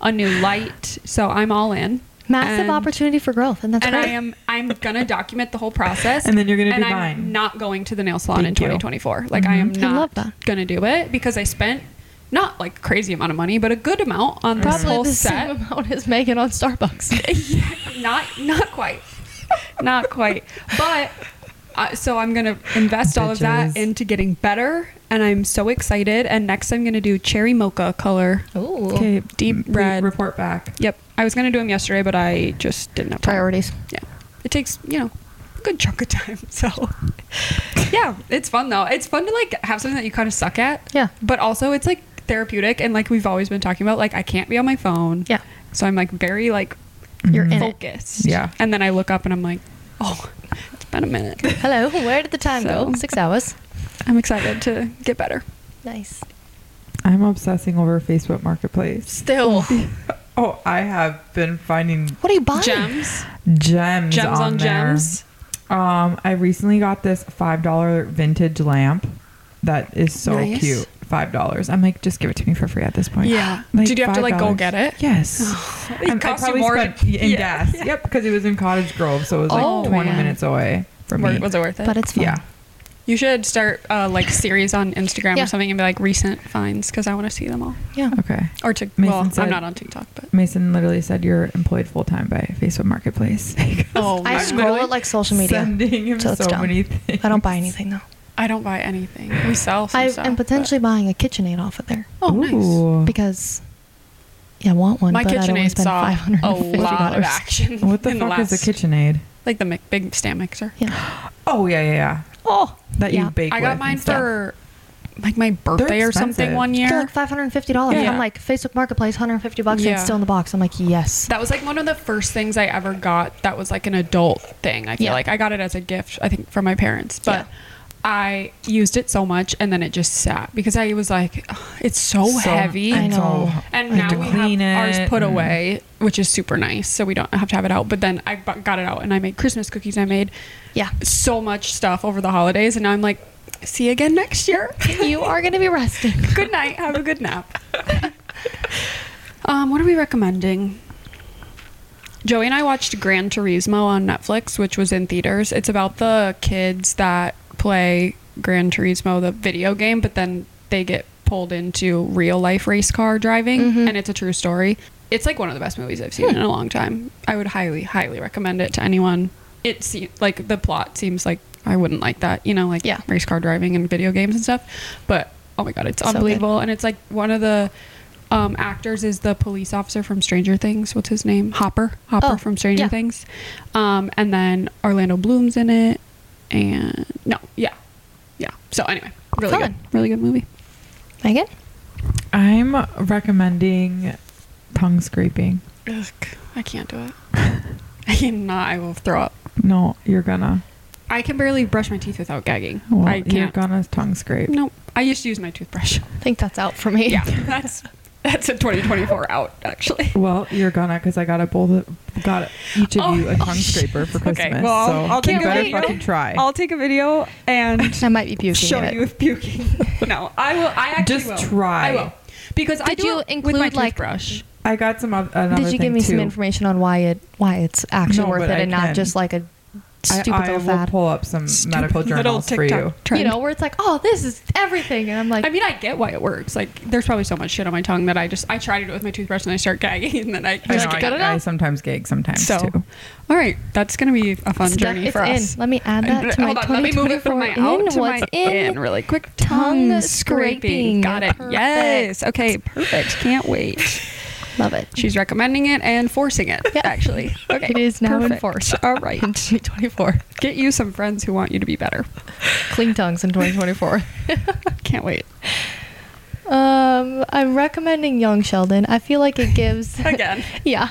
Speaker 1: a new light, so I'm all in.
Speaker 2: Massive
Speaker 1: And-
Speaker 2: opportunity for growth, and that's
Speaker 1: And I
Speaker 2: great.
Speaker 1: am I'm gonna document the whole process.
Speaker 3: And then you're gonna
Speaker 1: and
Speaker 3: do
Speaker 1: I'm
Speaker 3: mine.
Speaker 1: Not going to the nail salon in
Speaker 3: Thank you.
Speaker 1: 2024. Like I am
Speaker 2: Mm-hmm. I
Speaker 1: not
Speaker 2: love that.
Speaker 1: gonna do it because I spent not like crazy amount of money, but a good amount on this
Speaker 2: Probably
Speaker 1: whole
Speaker 2: the
Speaker 1: set.
Speaker 2: same amount as Megan on Starbucks.
Speaker 1: not not quite not quite but uh, so i'm gonna invest all of that
Speaker 3: Bitches.
Speaker 1: into getting better and i'm so excited and next i'm gonna do cherry mocha color
Speaker 2: Ooh.
Speaker 3: Okay,
Speaker 1: Deep
Speaker 3: re-
Speaker 1: red.
Speaker 3: Report back.
Speaker 1: yep i was gonna do them yesterday but i just didn't have time.
Speaker 2: Priorities.
Speaker 1: yeah it takes you know good chunk of time. So yeah, it's fun though. It's fun to like have something that you kind of suck at.
Speaker 2: Yeah.
Speaker 1: But also it's like therapeutic and like we've always been talking about like I can't be on my phone.
Speaker 2: Yeah.
Speaker 1: So I'm like very like
Speaker 2: You're in it.
Speaker 1: focused.
Speaker 3: Mm-hmm. Yeah.
Speaker 1: And then I look up and I'm like, "Oh, it's been a minute."
Speaker 2: Hello, where did the time go?
Speaker 1: So-
Speaker 2: Six hours.
Speaker 1: I'm excited to get better.
Speaker 2: Nice.
Speaker 3: I'm obsessing over Facebook Marketplace.
Speaker 1: Still
Speaker 3: Oh, I have been finding
Speaker 2: What are you buying?
Speaker 1: gems.
Speaker 3: gems,
Speaker 1: Gems on,
Speaker 3: on, there.
Speaker 1: gems.
Speaker 3: Um, I recently got this five dollar vintage lamp that is so
Speaker 1: Nice.
Speaker 3: cute. Five dollars. I'm like, just give it to me for free at this point.
Speaker 1: Yeah.
Speaker 3: Like,
Speaker 1: Did you have to like go
Speaker 3: $5.
Speaker 1: get it? Oh,
Speaker 3: Yes.
Speaker 1: It
Speaker 3: Um, I
Speaker 1: cost you
Speaker 3: probably
Speaker 1: more
Speaker 3: spent
Speaker 1: to-
Speaker 3: in
Speaker 1: yeah.
Speaker 3: gas. Yep, because it was in Cottage Grove, so it was like
Speaker 2: Oh,
Speaker 3: 20
Speaker 2: yeah.
Speaker 3: minutes away from
Speaker 1: Wor-
Speaker 3: me.
Speaker 1: Was it worth it?
Speaker 2: But it's fun.
Speaker 3: yeah.
Speaker 1: You should start uh, like series on Instagram
Speaker 2: Yeah.
Speaker 1: or something and be like recent finds because I want to see them all.
Speaker 2: Yeah.
Speaker 3: Okay.
Speaker 1: Or to
Speaker 3: Mason
Speaker 1: well,
Speaker 3: said-
Speaker 1: I'm not on TikTok, but
Speaker 3: Mason literally said you're employed full time by Facebook Marketplace.
Speaker 1: oh,
Speaker 2: I
Speaker 1: I'm
Speaker 2: scroll
Speaker 1: literally-
Speaker 2: at like social media.
Speaker 3: Sending him
Speaker 2: So
Speaker 3: so,
Speaker 2: it's dumb.
Speaker 3: many things.
Speaker 2: I don't buy anything though.
Speaker 1: I don't buy anything. We sell some
Speaker 2: I
Speaker 1: stuff.
Speaker 2: am
Speaker 1: but-
Speaker 2: potentially buying a KitchenAid off of there
Speaker 1: Oh, nice.
Speaker 3: Ooh.
Speaker 2: because yeah, I want one,
Speaker 1: My
Speaker 2: but I don't want to
Speaker 1: KitchenAid
Speaker 2: spend
Speaker 1: saw
Speaker 2: five hundred
Speaker 1: a
Speaker 2: and fifty
Speaker 1: lot of
Speaker 2: dollars.
Speaker 1: action.
Speaker 3: What the
Speaker 1: in
Speaker 3: fuck
Speaker 1: the last,
Speaker 3: is a KitchenAid?
Speaker 1: Like the mi- big stand mixer.
Speaker 2: Yeah.
Speaker 3: Oh yeah, yeah, yeah.
Speaker 2: Oh,
Speaker 3: That
Speaker 2: yeah.
Speaker 3: you bake.
Speaker 1: I
Speaker 3: with
Speaker 1: got
Speaker 3: and
Speaker 1: mine
Speaker 3: stuff.
Speaker 1: for like my birthday or something
Speaker 3: expensive.
Speaker 1: one
Speaker 2: They're
Speaker 1: year.
Speaker 2: like five hundred and fifty dollars.
Speaker 1: Yeah.
Speaker 2: I'm like Facebook Marketplace, hundred and fifty bucks, and it's
Speaker 1: Yeah.
Speaker 2: still in the box. I'm like, yes.
Speaker 1: That was like one of the first things I ever got that was like an adult thing. I feel
Speaker 2: Yeah.
Speaker 1: like I got it as a gift, I think, from my parents. But
Speaker 2: Yeah.
Speaker 1: I used it so much and then it just sat because I was like, "Ugh, it's so,
Speaker 3: So-
Speaker 1: heavy.
Speaker 2: I know.
Speaker 1: And
Speaker 2: I
Speaker 1: now
Speaker 2: know.
Speaker 1: we
Speaker 3: Clean
Speaker 1: have
Speaker 3: it
Speaker 1: ours put
Speaker 3: and-
Speaker 1: away, which is super nice. So we don't have to have it out. But then I bu- got it out and I made Christmas cookies. I made
Speaker 2: Yeah.
Speaker 1: so much stuff over the holidays. And now I'm like, see you again next year.
Speaker 2: you are gonna be resting.
Speaker 1: good night. Have a good nap. um, what are we recommending? Joey and I watched Gran Turismo on Netflix, which was in theaters. It's about the kids that play Gran Turismo, the video game, but then they get pulled into real life race car driving,
Speaker 2: Mhm.
Speaker 1: and it's a true story. It's like one of the best movies I've seen in a long time. I would highly, highly recommend it to anyone. It se- like the plot seems like I wouldn't like that, you know, like
Speaker 2: Yeah.
Speaker 1: race car driving and video games and stuff. But oh my god, it's
Speaker 2: So good.
Speaker 1: unbelievable, and it's like one of the um, actors is the police officer from Stranger Things. What's his name? Hopper. Hopper
Speaker 2: Oh,
Speaker 1: from Stranger
Speaker 2: yeah.
Speaker 1: Things. Um, and then Orlando Bloom's in it. And no, yeah, yeah. So anyway, really
Speaker 2: Fun.
Speaker 1: good, really good movie.
Speaker 2: Megan?
Speaker 3: I'm recommending tongue scraping.
Speaker 1: Ugh, I can't do it. I cannot. I will throw up.
Speaker 3: No, you're gonna.
Speaker 1: I can barely brush my teeth without gagging.
Speaker 3: Well,
Speaker 1: I
Speaker 3: you're
Speaker 1: can't.
Speaker 3: gonna tongue scrape.
Speaker 1: Nope. I used to use my toothbrush.
Speaker 2: I think that's out for me.
Speaker 1: Yeah, that's that's a 2024 out actually.
Speaker 3: Well, you're gonna because I got a both got each of
Speaker 1: Oh.
Speaker 3: you a tongue
Speaker 1: Oh, shit.
Speaker 3: scraper for Christmas.
Speaker 1: Okay, well, I'll-
Speaker 3: so
Speaker 1: I'll
Speaker 3: you
Speaker 1: take a
Speaker 3: better
Speaker 1: video.
Speaker 3: fucking try.
Speaker 1: I'll take a video and
Speaker 2: I might be puking.
Speaker 1: show
Speaker 2: at it.
Speaker 1: you with puking. no, I will. I actually
Speaker 3: Just
Speaker 1: will.
Speaker 3: try.
Speaker 1: I will because I
Speaker 2: Did
Speaker 1: do
Speaker 2: you
Speaker 1: it with my
Speaker 2: include, like-
Speaker 1: toothbrush.
Speaker 3: I got some oth- another
Speaker 2: Did you
Speaker 3: thing
Speaker 2: give me
Speaker 3: too.
Speaker 2: some information on why it why it's actually
Speaker 3: No,
Speaker 2: worth
Speaker 3: but
Speaker 2: it
Speaker 3: I
Speaker 2: and not
Speaker 3: can.
Speaker 2: just like a
Speaker 3: I-
Speaker 2: stupid
Speaker 3: I,
Speaker 2: little
Speaker 3: will
Speaker 2: fad?
Speaker 3: pull up some Mm, medical journals for you.
Speaker 1: Trend.
Speaker 2: You know, where it's like, oh, this is everything, and I'm like,
Speaker 1: I mean, I get why it works. Like, there's probably so much shit on my tongue that I just I try to do it with my toothbrush and I start gagging and then I.
Speaker 3: I,
Speaker 1: I
Speaker 3: know,
Speaker 1: just
Speaker 3: I-
Speaker 1: get it
Speaker 3: I
Speaker 1: out.
Speaker 3: sometimes gag sometimes
Speaker 1: So,
Speaker 3: too.
Speaker 1: all right, that's gonna be a fun
Speaker 2: it's done-
Speaker 1: journey
Speaker 2: it's
Speaker 1: for
Speaker 2: in.
Speaker 1: us.
Speaker 2: Let me add that to my
Speaker 1: Hold on, let me move it
Speaker 2: 2024
Speaker 1: from my
Speaker 2: in.
Speaker 1: out to
Speaker 2: what's
Speaker 1: my
Speaker 2: in.
Speaker 1: in really quick.
Speaker 2: Tongue
Speaker 1: Tongue
Speaker 2: scraping.
Speaker 1: scraping. Got it.
Speaker 2: Perfect.
Speaker 1: Yes. Okay. Perfect. Can't wait.
Speaker 2: Love it.
Speaker 1: She's recommending it and forcing it,
Speaker 2: Yeah.
Speaker 1: actually. Okay.
Speaker 2: It is now
Speaker 1: perfect.
Speaker 2: enforced.
Speaker 1: All right.
Speaker 2: in 2024.
Speaker 1: Get you some friends who want you to be better.
Speaker 2: Clean tongues in 2024.
Speaker 1: Can't wait.
Speaker 2: um, I'm recommending Young Sheldon. I feel like it gives.
Speaker 1: Again.
Speaker 2: yeah,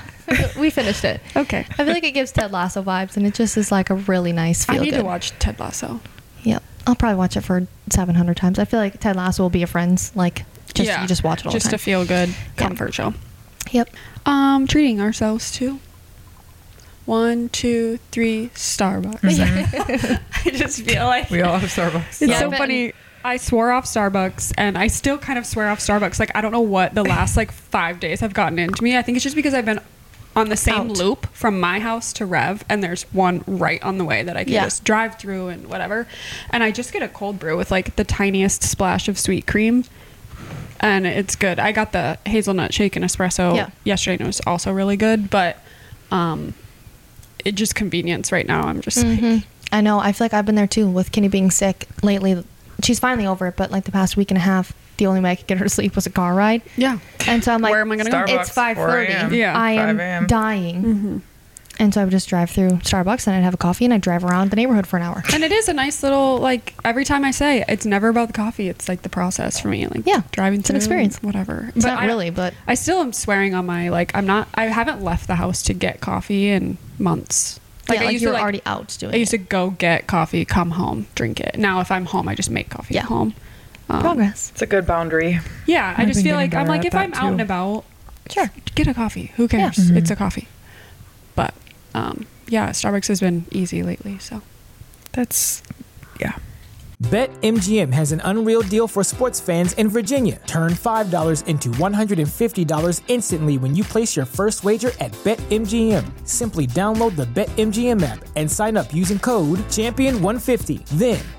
Speaker 2: we finished it.
Speaker 1: Okay.
Speaker 2: I feel like it gives Ted Lasso vibes, and it just is like a really nice feel
Speaker 1: I need
Speaker 2: good.
Speaker 1: to watch Ted Lasso.
Speaker 2: Yep, I'll probably watch it for 700 times. I feel like Ted Lasso will be a friend's like. Just, You just watch it all
Speaker 1: Just
Speaker 2: the
Speaker 1: a
Speaker 2: time.
Speaker 1: feel good comfort show.
Speaker 2: Yep.
Speaker 1: Um, treating ourselves too. One, two, three, Starbucks.
Speaker 2: Mm-hmm.
Speaker 1: I just feel like
Speaker 3: We all have
Speaker 1: It's
Speaker 3: Starbucks.
Speaker 2: Yeah,
Speaker 1: so
Speaker 2: but-
Speaker 1: funny. I swore off Starbucks and I still kind of swear off Starbucks. Like I don't know what the last like 5 days have gotten into me. I think it's just because I've been on the same
Speaker 2: Out.
Speaker 1: loop from my house to Rev and there's one right on the way that I can
Speaker 2: Yeah.
Speaker 1: just drive through and whatever. And I just get a cold brew with like the tiniest splash of sweet cream and it's good. I got the hazelnut shake and espresso
Speaker 2: Yeah.
Speaker 1: yesterday and it was also really good, but um it just convenience right now. I'm just like,
Speaker 2: Mhm. I know. I feel like I've been there too with Kenny being sick lately. She's finally over it, but like the past week and a half, the only way I could get her to sleep was a car ride.
Speaker 1: yeah.
Speaker 2: And so I'm like,
Speaker 1: Where am I gonna go?
Speaker 2: It's
Speaker 3: Starbucks, 4
Speaker 2: 5:30.
Speaker 3: a.m.
Speaker 1: Yeah.
Speaker 2: I
Speaker 3: 5
Speaker 2: am
Speaker 3: a.m..
Speaker 2: dying. And so I would just drive through Starbucks and I'd have a coffee and I'd drive around the neighborhood for an hour.
Speaker 1: And it is a nice little like every time I say it's never about the coffee. It's like the process for me. Like
Speaker 2: Yeah,
Speaker 1: driving
Speaker 2: it's an
Speaker 1: through,
Speaker 2: experience.
Speaker 1: whatever.
Speaker 2: It's not
Speaker 1: I-
Speaker 2: really, but
Speaker 1: I still am swearing on my like I'm not. I haven't left the house to get coffee in months.
Speaker 2: like, yeah,
Speaker 1: I
Speaker 2: like
Speaker 1: used
Speaker 2: you
Speaker 1: to
Speaker 2: were
Speaker 1: like,
Speaker 2: already out doing
Speaker 1: I used to
Speaker 2: it.
Speaker 1: go get coffee, come home, drink it. Now if I'm home, I just make coffee
Speaker 2: Yeah.
Speaker 1: at home. Um,
Speaker 2: Progress.
Speaker 3: It's a good boundary.
Speaker 1: Yeah, I
Speaker 3: I've
Speaker 1: just
Speaker 3: been
Speaker 1: feel
Speaker 3: getting
Speaker 1: like I'm
Speaker 3: better
Speaker 1: like
Speaker 3: at
Speaker 1: if
Speaker 3: that,
Speaker 1: I'm out
Speaker 3: too.
Speaker 1: and about,
Speaker 2: Sure.
Speaker 1: get a coffee. Who
Speaker 2: Yeah.
Speaker 1: cares?
Speaker 3: Mhm.
Speaker 1: It's a coffee. But um, yeah, Starbucks has been easy lately. So
Speaker 3: That's yeah.
Speaker 4: BetMGM has an unreal deal for sports fans in Virginia. Turn $5 into $150 instantly when you place your first wager at BetMGM. Simply download the BetMGM app and sign up using code Champion150. Then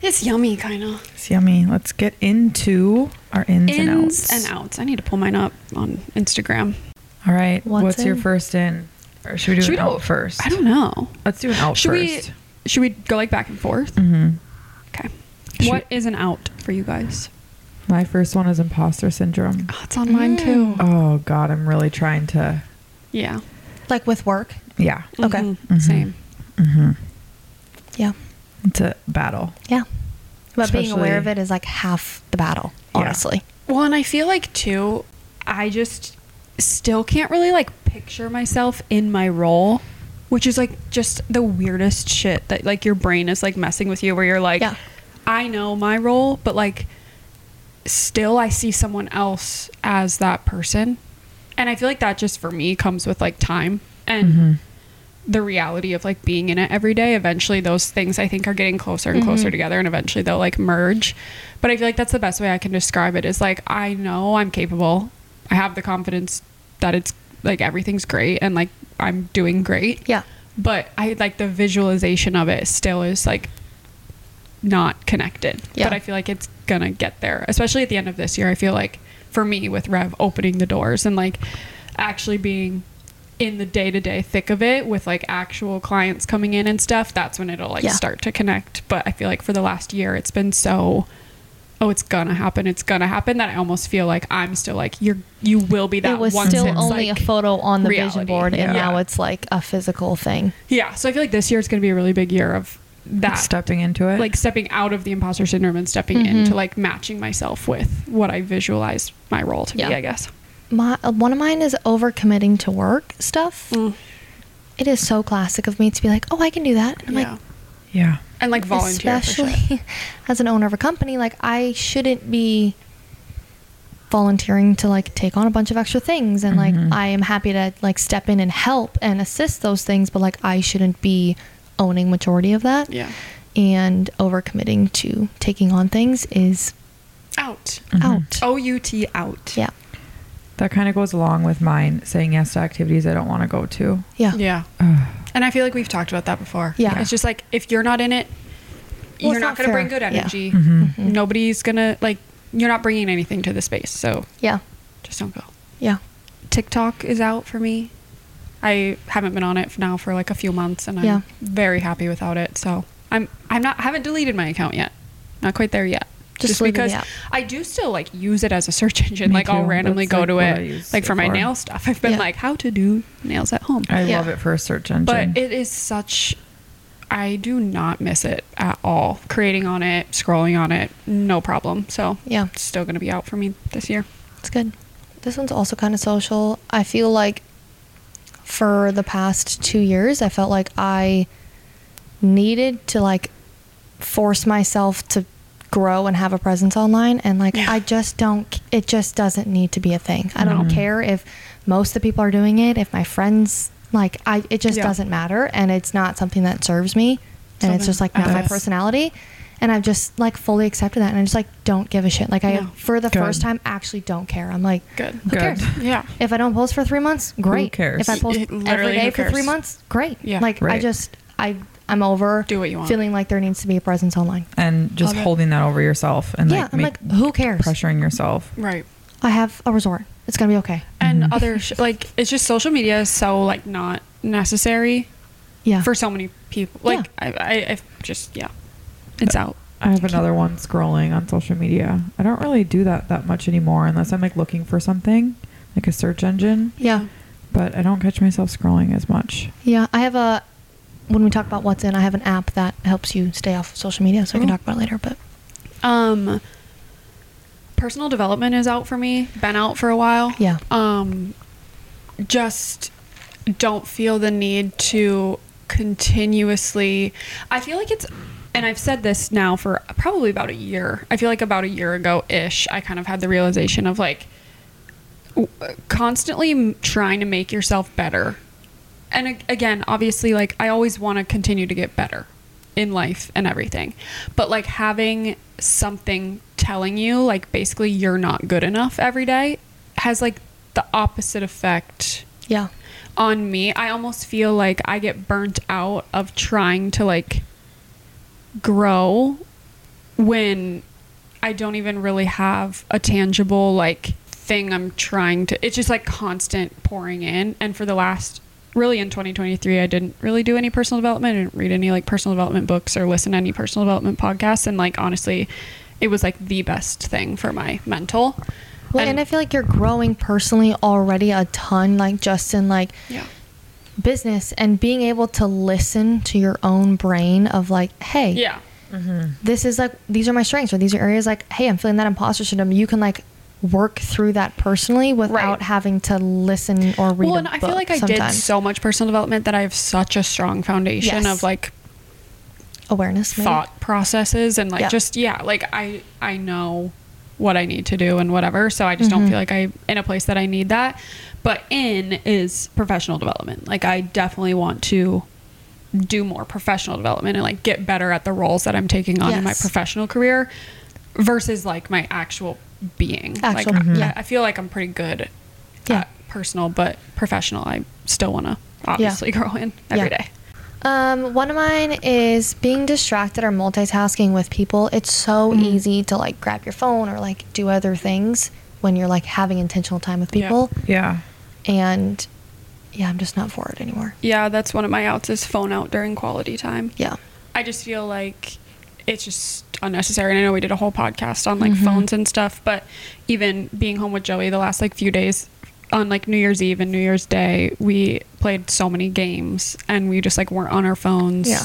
Speaker 1: it's yummy, kind of.
Speaker 3: It's yummy. Let's get into our ins, and outs.
Speaker 1: and outs. I need to pull mine up on Instagram.
Speaker 3: All right.
Speaker 2: What's
Speaker 3: What's, your
Speaker 2: in?
Speaker 3: first in? Or should we do
Speaker 1: Should
Speaker 3: an
Speaker 1: we do-
Speaker 3: out first?
Speaker 1: I don't know.
Speaker 3: Let's do an out
Speaker 1: Should we-
Speaker 3: first.
Speaker 1: Should we go like back and forth?
Speaker 3: Mhm.
Speaker 1: Okay.
Speaker 3: Should-
Speaker 1: What is an out for you guys?
Speaker 3: My first one is imposter syndrome.
Speaker 1: Oh, it's on mine too.
Speaker 3: Oh God, I'm really trying to.
Speaker 1: Yeah.
Speaker 2: Like with work.
Speaker 3: Yeah,
Speaker 2: Okay.
Speaker 1: Mhm.
Speaker 3: Mhm.
Speaker 1: Same.
Speaker 2: Yeah.
Speaker 3: it's a battle.
Speaker 2: Yeah. But being aware of
Speaker 3: Especially-
Speaker 2: it is like half the battle,
Speaker 3: Yeah.
Speaker 2: honestly.
Speaker 1: Well, and I feel like too, I just still can't really like picture myself in my role, which is like just the weirdest shit that like your brain is like messing with you where you're like,
Speaker 2: Yeah.
Speaker 1: I know my role, but like still I see someone else as that person. And I feel like that just for me comes with like time and the reality of like being in it every day. Eventually those things I think are getting closer and closer together and eventually they'll like merge. But I feel like that's the best way I can describe it is like I know I'm capable. I have the confidence that it's like everything's great and like I'm doing great.
Speaker 2: Yeah.
Speaker 1: But I like the visualization of it still is like not connected.
Speaker 2: Yeah.
Speaker 1: But I feel like it's gonna get there, especially at the end of this year. I feel like for me with Rev opening the doors and like actually being in the day to day thick of it with like actual clients coming in and stuff, that's when it'll like
Speaker 2: Yeah.
Speaker 1: start to connect. But I feel like for the last year it's been so oh it's gonna happen, it's gonna happen that I almost feel like I'm still like you're you will be that
Speaker 2: it was
Speaker 1: once
Speaker 2: still
Speaker 1: it's,
Speaker 2: only
Speaker 1: like,
Speaker 2: a photo on the vision
Speaker 1: reality.
Speaker 2: board and
Speaker 1: Yeah.
Speaker 2: now it's like a physical thing.
Speaker 1: Yeah. So I feel like this year is gonna be a really big year of that
Speaker 3: Stepping into it.
Speaker 1: like stepping out of the imposter syndrome and stepping
Speaker 2: Mm-hmm.
Speaker 1: into like matching myself with what I visualize my role to be,
Speaker 2: Yeah.
Speaker 1: I guess.
Speaker 2: My uh, one of mine is overcommitting to work stuff.
Speaker 1: Mm.
Speaker 2: It is so classic of me to be like, "Oh, I can do that." And I'm
Speaker 1: yeah.
Speaker 2: like,
Speaker 3: yeah,
Speaker 1: and like volunteer. for shit.
Speaker 2: especially as an owner of a company, like I shouldn't be volunteering to like take on a bunch of extra things and
Speaker 1: Mm-hmm.
Speaker 2: like I am happy to like step in and help and assist those things, but like I shouldn't be owning majority of that.
Speaker 1: Yeah.
Speaker 2: And overcommitting to taking on things is
Speaker 1: Out.
Speaker 2: out.
Speaker 1: O U T out.
Speaker 2: Yeah.
Speaker 3: that kind of goes along with mine saying yes to activities I don't want to go to.
Speaker 2: Yeah.
Speaker 1: Yeah. And I feel like we've talked about that before.
Speaker 2: Yeah.
Speaker 1: It's just like if you're not in it, you're
Speaker 2: Well, it's
Speaker 1: not,
Speaker 2: not
Speaker 1: going to
Speaker 2: fair.
Speaker 1: bring good
Speaker 2: Yeah. Mm-hmm.
Speaker 1: energy. Nobody's going to like you're not bringing anything to the space. So
Speaker 2: Yeah.
Speaker 1: just don't go.
Speaker 2: Yeah.
Speaker 1: TikTok is out for me. I haven't been on it now for like a few months, and I'm
Speaker 2: Yeah.
Speaker 1: very happy without it. So I'm I'm not I haven't deleted my account yet. Not quite there yet.
Speaker 2: Just
Speaker 1: Just,
Speaker 2: leave it
Speaker 1: because
Speaker 2: out.
Speaker 1: I do still like use it as a search engine.
Speaker 3: Me
Speaker 1: like I'll
Speaker 3: too.
Speaker 1: randomly
Speaker 3: That's,
Speaker 1: go
Speaker 3: like,
Speaker 1: to
Speaker 3: what I
Speaker 1: it,
Speaker 3: use
Speaker 1: like
Speaker 3: so
Speaker 1: for my
Speaker 3: far.
Speaker 1: nail stuff. I've been
Speaker 2: Yeah.
Speaker 1: like, how to do nails at home.
Speaker 3: I
Speaker 2: Yeah.
Speaker 3: love it for a search engine.
Speaker 1: but it is such. I do not miss it at all. Creating on it, scrolling on it, no problem. So
Speaker 2: Yeah.
Speaker 1: it's still going to be out for me this year.
Speaker 2: It's good. This one's also kind of social. I feel like for the past two years, I felt like I needed to like force myself to grow and have a presence online. And like,
Speaker 1: Yeah. Mm-hmm.
Speaker 2: I just don't, it just doesn't need to be a thing. I don't
Speaker 1: No.
Speaker 2: care if most of the people are doing it, if my friends, like, I, it just
Speaker 1: Yeah.
Speaker 2: doesn't matter. And it's not something that serves me. And it's
Speaker 1: Something
Speaker 2: just like not my
Speaker 1: else.
Speaker 2: personality. And I've just like fully accepted that. And I just like don't give a shit. Like, I,
Speaker 1: No.
Speaker 2: for the
Speaker 3: Good.
Speaker 2: first time, actually don't care. I'm like,
Speaker 1: Good.
Speaker 2: who
Speaker 3: Good.
Speaker 2: cares?
Speaker 1: Yeah.
Speaker 2: If I don't post for three months, great.
Speaker 3: cares?
Speaker 2: If I post
Speaker 1: It- literally,
Speaker 2: every day
Speaker 1: who
Speaker 2: for three
Speaker 1: cares?
Speaker 2: months, great.
Speaker 1: Yeah.
Speaker 2: Like I
Speaker 3: Right.
Speaker 2: just I I'm over
Speaker 1: Do what you want.
Speaker 2: feeling like there needs to be a presence online.
Speaker 3: and just
Speaker 1: Love it.
Speaker 3: holding that over yourself and
Speaker 2: yeah,
Speaker 3: like,
Speaker 2: I'm
Speaker 3: make,
Speaker 2: like, who cares?
Speaker 3: pressuring yourself.
Speaker 1: Right.
Speaker 2: I have a resort. It's gonna be okay.
Speaker 1: And other, sh- like, it's just social media is so, like, not necessary
Speaker 2: Yeah.
Speaker 1: for so many people. Like, I, I, I just, yeah, it's out.
Speaker 3: I have another one scrolling on social media. I don't really do that that much anymore unless I'm like looking for something, like a search engine,
Speaker 2: yeah.
Speaker 3: but I don't catch myself scrolling as much.
Speaker 2: Yeah. I have a when we talk about what's in, I have an app that helps you stay off of social media, so we can
Speaker 1: Oh.
Speaker 2: talk about it later. But
Speaker 1: Um, personal development is out for me. Been out for a while.
Speaker 2: Yeah.
Speaker 1: Um, just don't feel the need to continuously. I feel like it's, and I've said this now for probably about a year. I feel like about a year ago ish, I kind of had the realization of like w- constantly m- trying to make yourself better. And a- again, obviously, like I always want to continue to get better in life and everything. But like having something telling you, like basically you're not good enough every day, has like the opposite effect
Speaker 2: yeah.
Speaker 1: on me. I almost feel like I get burnt out of trying to like grow when I don't even really have a tangible like thing I'm trying to. It's just like constant pouring in. And for the last really in 2023, I didn't really do any personal development. I didn't read any like personal development books or listen to any personal development podcasts. And like honestly, it was like the best thing for my mental.
Speaker 2: Well, and I feel like you're growing personally already a ton, like Justin, like
Speaker 1: yeah.
Speaker 2: business and being able to listen to your own brain of like, hey,
Speaker 1: Yeah.
Speaker 2: this is like these are my strengths or these are areas like hey i'm feeling that imposter syndrome you can like work through that personally without
Speaker 1: Right.
Speaker 2: having to listen or read
Speaker 1: well
Speaker 2: a
Speaker 1: and i feel
Speaker 2: book
Speaker 1: like i did
Speaker 2: sometimes.
Speaker 1: so much personal development that i have such a strong foundation
Speaker 2: Yes.
Speaker 1: of like
Speaker 2: awareness maybe?
Speaker 1: thought processes and like
Speaker 2: Yeah.
Speaker 1: just yeah like i i know what i need to do and whatever so i just
Speaker 2: Mm-hmm.
Speaker 1: don't feel like i'm in a place that i need that but in is professional development like i definitely want to do more professional development and like get better at the roles that i'm taking on in my
Speaker 2: Yes.
Speaker 1: professional career versus like my actual being
Speaker 2: Actual-
Speaker 1: like
Speaker 2: Mhm.
Speaker 1: I-
Speaker 2: yeah.
Speaker 1: i feel like i'm pretty good
Speaker 2: Yeah.
Speaker 1: at personal but professional i still want to obviously grow in every
Speaker 2: Yeah.
Speaker 1: day
Speaker 2: um one of mine is being distracted or multitasking with people it's so
Speaker 1: Mm-hmm.
Speaker 2: easy to like grab your phone or like do other things when you're like having intentional time with
Speaker 1: Yeah.
Speaker 2: people
Speaker 3: Yeah.
Speaker 2: and yeah i'm just not for it anymore
Speaker 1: yeah that's one of my outs is phone out during quality time
Speaker 2: yeah
Speaker 1: I just feel like it's just unnecessary. And I know we did a whole podcast on
Speaker 2: Mm-hmm.
Speaker 1: like phones and stuff, but even being home with Joey the last like few days on like New Year's Eve and New Year's Day, we played so many games and we just like weren't on our phones.
Speaker 2: Yeah.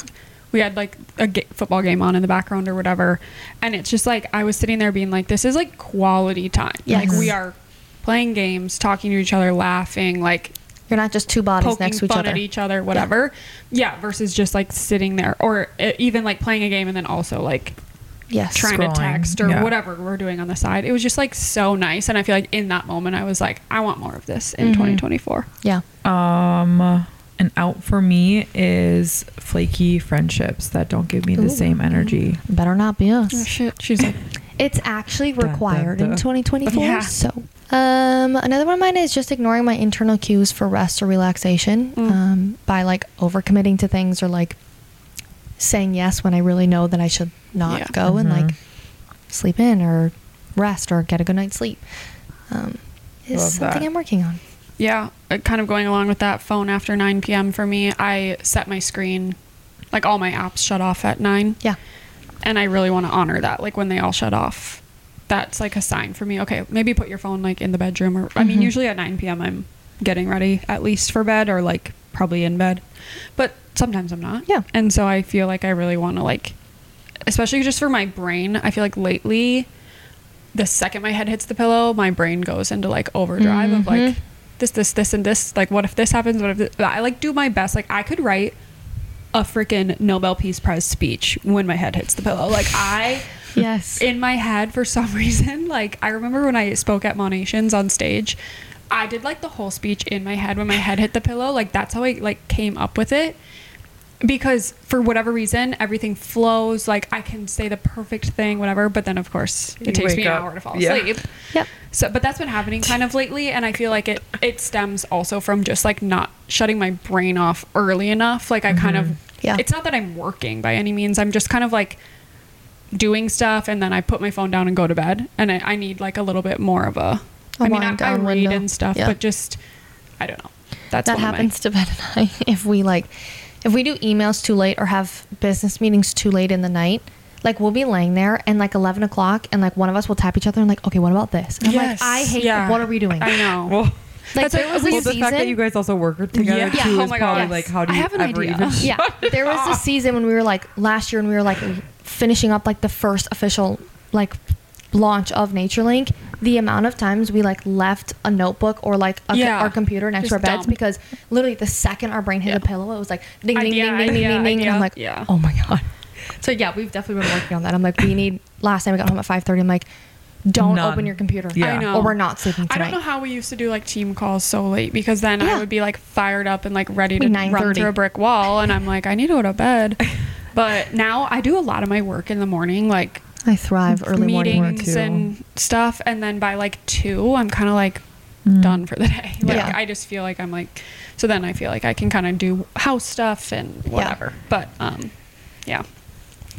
Speaker 1: We had like a ga- football game on in the background or whatever. And it's just like I was sitting there being like, this is like quality time. Like
Speaker 2: Yes.
Speaker 1: we are playing games, talking to each other, laughing, like
Speaker 2: you're not just two bodies
Speaker 1: poking
Speaker 2: next to each
Speaker 1: fun
Speaker 2: other
Speaker 1: at each other, whatever. Yeah. versus just like sitting there or uh, even like playing a game and then also like
Speaker 2: yes
Speaker 1: trying
Speaker 3: Scrolling,
Speaker 1: to text or
Speaker 3: yeah.
Speaker 1: whatever we're doing on the side. It was just like so nice, and I feel like in that moment I was like, I want more of this in 2024.
Speaker 2: yeah
Speaker 3: Um, an out for me is flaky friendships that don't give me the
Speaker 2: Ooh.
Speaker 3: same energy.
Speaker 2: better not be us
Speaker 1: shit, she's like,
Speaker 2: It's actually
Speaker 3: dun,
Speaker 2: required
Speaker 3: dun.
Speaker 2: in 2024.
Speaker 1: Yeah.
Speaker 2: So, um, another one of mine is just ignoring my internal cues for rest or relaxation
Speaker 1: Mm.
Speaker 2: um, by like overcommitting to things or like saying yes when I really know that I should not
Speaker 1: Yeah.
Speaker 2: go and
Speaker 3: Mm-hmm.
Speaker 2: like sleep in or rest or get a good night's sleep. Um, is
Speaker 3: Love
Speaker 2: something
Speaker 3: that.
Speaker 2: I'm working on.
Speaker 1: yeah, uh, kind of going along with that. Phone after 9 p.m. for me, I set my screen, like all my apps shut off at nine.
Speaker 2: Yeah.
Speaker 1: and I really want to honor that. Like when they all shut off, that's like a sign for me. Okay, maybe put your phone like in the bedroom, or I mean, usually at 9 p.m. I'm getting ready at least for bed, or like probably in bed, but sometimes I'm not.
Speaker 2: Yeah.
Speaker 1: and so I feel like I really want to like, especially just for my brain. I feel like lately, the second my head hits the pillow, my brain goes into like overdrive of like this, this, this, and this. Like, what if this happens? What if this? I like do my best. Like, I could write a freaking Nobel Peace Prize speech when my head hits the pillow. Like, I
Speaker 2: Yes.
Speaker 1: in my head for some reason. Like I remember when I spoke at Monations on stage, I did like the whole speech in my head when my head hit the pillow. Like that's how I like came up with it. Because for whatever reason, everything flows. Like I can say the perfect thing, whatever. But then, of course, it
Speaker 5: You
Speaker 1: takes
Speaker 5: wake
Speaker 1: me an
Speaker 5: up.
Speaker 1: hour to fall
Speaker 5: Yeah.
Speaker 1: asleep.
Speaker 2: Yep.
Speaker 1: So, but that's been happening kind of lately, and I feel like it it stems also from just like not shutting my brain off early enough. Like I kind of
Speaker 2: Mm-hmm. Yeah.
Speaker 1: It's not that I'm working by any means. I'm just kind of like doing stuff, and then I put my phone down and go to bed. And I, I need like a little bit more of a.
Speaker 2: A
Speaker 1: I mean, I,
Speaker 2: wind
Speaker 1: I
Speaker 2: down
Speaker 1: read
Speaker 2: window.
Speaker 1: and stuff,
Speaker 2: Yeah.
Speaker 1: but just I don't know. That's
Speaker 2: that
Speaker 1: one of my-
Speaker 2: happens to Ben and I if we like if we do emails too late or have business meetings too late in the night. Like we'll be laying there and like eleven o'clock and like one of us will tap each other and like okay what about this? And I'm
Speaker 1: Yes.
Speaker 2: like I hate
Speaker 1: Yeah.
Speaker 2: what are we doing?
Speaker 1: I know.
Speaker 3: Well,
Speaker 2: Like
Speaker 1: That's
Speaker 2: there
Speaker 1: why-
Speaker 2: was a
Speaker 1: well,
Speaker 3: the
Speaker 2: season.
Speaker 3: fact that you guys also work together
Speaker 1: Yeah.
Speaker 3: too
Speaker 1: Yeah. Oh
Speaker 3: is
Speaker 1: my
Speaker 3: probably
Speaker 1: God.
Speaker 3: like how do
Speaker 1: I
Speaker 3: you
Speaker 1: have an
Speaker 3: ever
Speaker 1: idea.
Speaker 3: even?
Speaker 2: yeah, there was a season when we were like last year when we were like finishing up like the first official like launch of NatureLink. The amount of times we like left a notebook or like a,
Speaker 1: Yeah.
Speaker 2: our computer next to our
Speaker 1: Just
Speaker 2: beds
Speaker 1: dump.
Speaker 2: because literally the second our brain hit
Speaker 1: Yeah.
Speaker 2: a pillow, it was like ding ding
Speaker 1: Idea,
Speaker 2: ding ding
Speaker 1: idea,
Speaker 2: ding ding ding, and
Speaker 1: idea.
Speaker 2: I'm like,
Speaker 1: Yeah.
Speaker 2: oh my god. So yeah, we've definitely been working on that. I'm like, we need. Last time we got home at 5:30, I'm like, don't
Speaker 3: None.
Speaker 2: open your computer,
Speaker 3: Yeah.
Speaker 1: I know.
Speaker 2: or we're not sleeping
Speaker 1: I
Speaker 2: tonight.
Speaker 1: don't know how we used to do like team calls so late because then
Speaker 2: Yeah.
Speaker 1: I would be like fired up and like ready to
Speaker 2: Be
Speaker 1: run
Speaker 2: 9:30.
Speaker 1: through a brick wall, and I'm like, I need to go to bed. But now I do a lot of my work in the morning, like
Speaker 2: I thrive early morning.
Speaker 3: work,
Speaker 1: meetings
Speaker 3: too.
Speaker 1: and stuff, and then by like two, I'm kind of like done for the day. Like
Speaker 2: Yeah.
Speaker 1: I just feel like I'm like, so then I feel like I can kind of do house stuff and whatever. But um, yeah,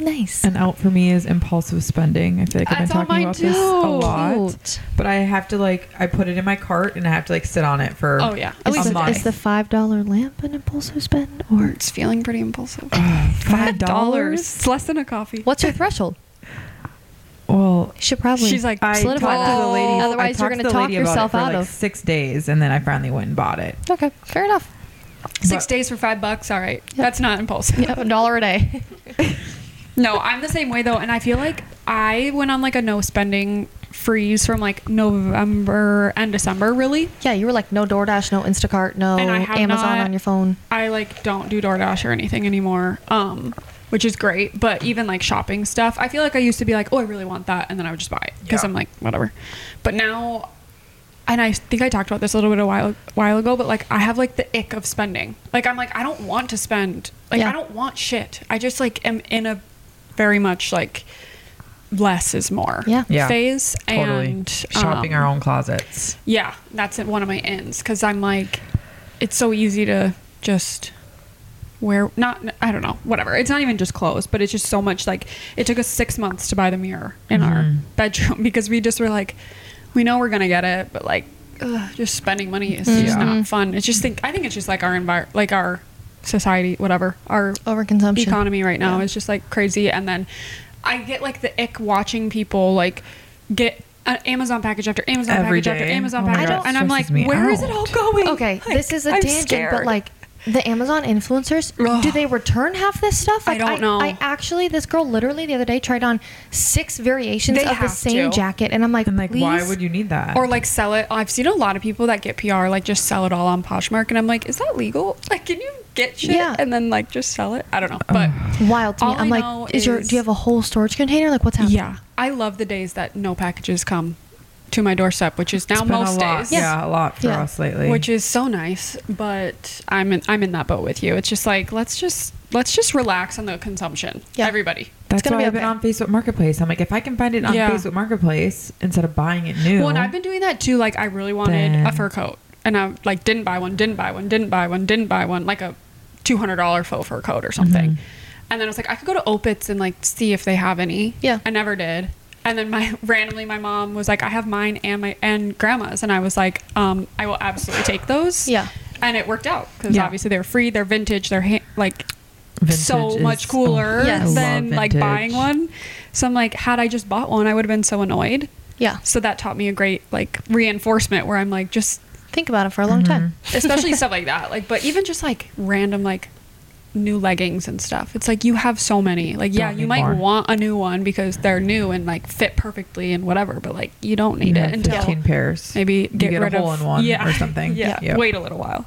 Speaker 2: Nice.
Speaker 3: And out for me is impulsive spending. I feel like I've been
Speaker 1: That's on
Speaker 3: talking
Speaker 1: mine
Speaker 3: about this a
Speaker 1: too.
Speaker 3: lot.
Speaker 2: Cute.
Speaker 3: But I have to like I put it in my cart and I have to like sit on it for
Speaker 1: Oh, yeah.
Speaker 3: a
Speaker 1: At least
Speaker 2: Is
Speaker 1: a
Speaker 2: the,
Speaker 3: month.
Speaker 2: is the five dollar lamp an impulsive spend or
Speaker 1: it's feeling pretty impulsive.
Speaker 3: five
Speaker 1: It's less than a coffee.
Speaker 2: what's your threshold?
Speaker 3: Well,
Speaker 2: You should probably
Speaker 1: She's like,
Speaker 3: I
Speaker 2: solidify
Speaker 3: talked to
Speaker 2: that.
Speaker 3: the lady. I
Speaker 2: Otherwise, you're
Speaker 3: talked
Speaker 2: going
Speaker 3: to
Speaker 2: to
Speaker 3: the
Speaker 2: talk
Speaker 3: lady about it
Speaker 2: yourself
Speaker 3: for,
Speaker 2: out
Speaker 3: like,
Speaker 2: of.
Speaker 3: six days, and then I finally went and bought it.
Speaker 2: Okay, fair enough.
Speaker 1: Six
Speaker 3: But-
Speaker 1: days for five bucks. All right, that's not impulsive.
Speaker 2: Yeah, a dollar a day.
Speaker 1: No, I'm the same way though, and I feel like I went on like a no spending freeze from like November and December. Really,
Speaker 2: yeah, you were like no DoorDash, no Instacart, no
Speaker 1: And I have
Speaker 2: Amazon
Speaker 1: not-
Speaker 2: on your phone.
Speaker 1: I like don't do DoorDash or anything anymore, um, which is great. But even like shopping stuff, I feel like I used to be like, oh, I really want that, and then I would just buy it because
Speaker 3: Yeah.
Speaker 1: I'm like whatever. But now, and I think I talked about this a little bit a while while ago, but like I have like the ick of spending. Like I'm like I don't want to spend. Like
Speaker 2: Yeah.
Speaker 1: I don't want shit. I just like am in a very much like less is more
Speaker 2: Yeah.
Speaker 3: Yeah.
Speaker 1: phase
Speaker 3: Totally
Speaker 1: and
Speaker 3: shopping
Speaker 1: um,
Speaker 3: our own closets.
Speaker 1: yeah that's at one of my ends because i'm like it's so easy to just wear not i don't know whatever it's not even just clothes but it's just so much like it took us six months to buy the mirror in our bedroom because we just were like we know we're gonna get it but like ugh, just spending money is just
Speaker 3: Yeah.
Speaker 1: not fun it's just think i think it's just like our envir like our society whatever our
Speaker 2: Overconsumption.
Speaker 1: economy right now is just like crazy and then i get like the ick watching people like get an amazon package after amazon
Speaker 3: Every
Speaker 1: package after
Speaker 3: day.
Speaker 1: amazon
Speaker 3: Oh my
Speaker 1: package
Speaker 2: God, it
Speaker 1: and i'm like
Speaker 3: stresses me
Speaker 1: where is
Speaker 3: out.
Speaker 1: it all going
Speaker 2: Okay, this is a tangent, but like the Amazon influencers,
Speaker 1: Ugh.
Speaker 2: do they return half this stuff?
Speaker 1: I
Speaker 2: Like,
Speaker 1: don't know.
Speaker 2: I actually, this girl literally the other day tried on six variations
Speaker 1: They
Speaker 2: of the
Speaker 1: have
Speaker 2: same
Speaker 1: to.
Speaker 2: jacket, and I'm like,
Speaker 3: And like, why
Speaker 2: please?
Speaker 3: would you need that?
Speaker 1: or like sell it i've seen a lot of people that get pr like just sell it all on poshmark and i'm like is that legal like can you get shit
Speaker 2: Yeah.
Speaker 1: and then like just sell it i don't know but
Speaker 2: wild to me.
Speaker 1: All
Speaker 2: I'm
Speaker 1: I know
Speaker 2: like, is, your
Speaker 1: is-
Speaker 2: do you have a whole storage container? Like, what's happening?
Speaker 1: yeah i love the days that no packages come to my doorstep which is now
Speaker 3: It's been a
Speaker 1: most
Speaker 3: lot-
Speaker 1: days
Speaker 3: Yeah, a lot for
Speaker 2: Yeah.
Speaker 3: us lately.
Speaker 1: which is so nice but i'm in i'm in that boat with you it's just like let's just let's just relax on the consumption
Speaker 2: Yeah.
Speaker 1: everybody
Speaker 3: That's
Speaker 2: gonna
Speaker 3: why
Speaker 2: be
Speaker 3: I've been
Speaker 2: okay.
Speaker 3: on Facebook Marketplace. I'm like, if I can find it on
Speaker 1: Yeah.
Speaker 3: Facebook Marketplace instead of buying it new.
Speaker 1: well and i've been doing that too like i really wanted a
Speaker 3: Then-
Speaker 1: fur coat and i like didn't buy one didn't buy one didn't buy one didn't buy one like a $200 faux fur coat or something and then i was like i could go to opitz and like see if they have any
Speaker 2: Yeah.
Speaker 1: i never did and then my randomly my mom was like i have mine and my and grandma's and i was like um i will absolutely take those
Speaker 2: Yeah.
Speaker 1: and it worked out because
Speaker 3: Yeah.
Speaker 1: obviously they're free they're vintage they're ha- like so
Speaker 3: Vintage
Speaker 1: much
Speaker 3: is-
Speaker 1: cooler
Speaker 3: oh,
Speaker 2: Yes. I love
Speaker 1: than like
Speaker 3: vintage.
Speaker 1: buying one. So I'm like, had I just bought one, I would have been so annoyed.
Speaker 2: Yeah.
Speaker 1: So that taught me a great like reinforcement where I'm like, just
Speaker 2: Think about it for a long time.
Speaker 1: especially stuff like that. Like, but even just like random like new leggings and stuff. It's like you have so many. Like, yeah,
Speaker 3: Don't
Speaker 1: you
Speaker 3: need
Speaker 1: might
Speaker 3: more.
Speaker 1: want a new one because they're new and like fit perfectly and whatever. But like, you don't need
Speaker 3: You
Speaker 1: it
Speaker 3: have
Speaker 1: until
Speaker 3: 15 pairs.
Speaker 1: maybe
Speaker 3: You
Speaker 1: get, rid
Speaker 3: a hole
Speaker 1: of
Speaker 3: in one
Speaker 1: yeah.
Speaker 3: or something.
Speaker 1: yeah.
Speaker 3: Yep.
Speaker 1: wait a little while.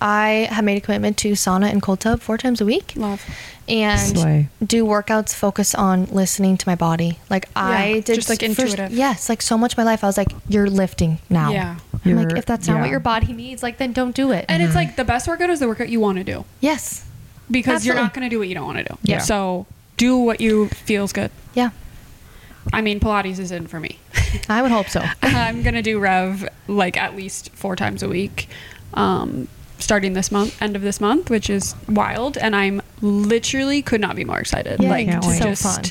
Speaker 2: I have made a commitment to sauna and cold tub four times a week
Speaker 1: Love.
Speaker 2: and
Speaker 3: Slay.
Speaker 2: do workouts focused on listening to my body. Like I
Speaker 1: Yeah,
Speaker 2: did
Speaker 1: just, like,
Speaker 2: s-
Speaker 1: intuitive.
Speaker 2: yes, like so much of my life I was like, You're lifting now.
Speaker 1: Yeah.
Speaker 2: I'm like,
Speaker 3: You're-
Speaker 2: if that's not
Speaker 3: yeah.
Speaker 2: what your body needs, like then don't do it.
Speaker 1: And
Speaker 3: Mm-hmm.
Speaker 1: it's like the best workout is the workout you want to do
Speaker 2: yes.
Speaker 1: because you're not
Speaker 2: Absolutely.
Speaker 1: going to do what you don't want to do.
Speaker 3: Yeah.
Speaker 1: So do what you feels good.
Speaker 2: Yeah.
Speaker 1: I mean, Pilates is in for me.
Speaker 2: I would hope so.
Speaker 1: I'm gonna do Rev like at least four times a week, um, starting this month, end of this month, which is wild, and I'm literally could not be more excited.
Speaker 2: Yay,
Speaker 1: like
Speaker 3: Can't
Speaker 1: to
Speaker 3: wait.
Speaker 2: so
Speaker 1: just,
Speaker 2: fun.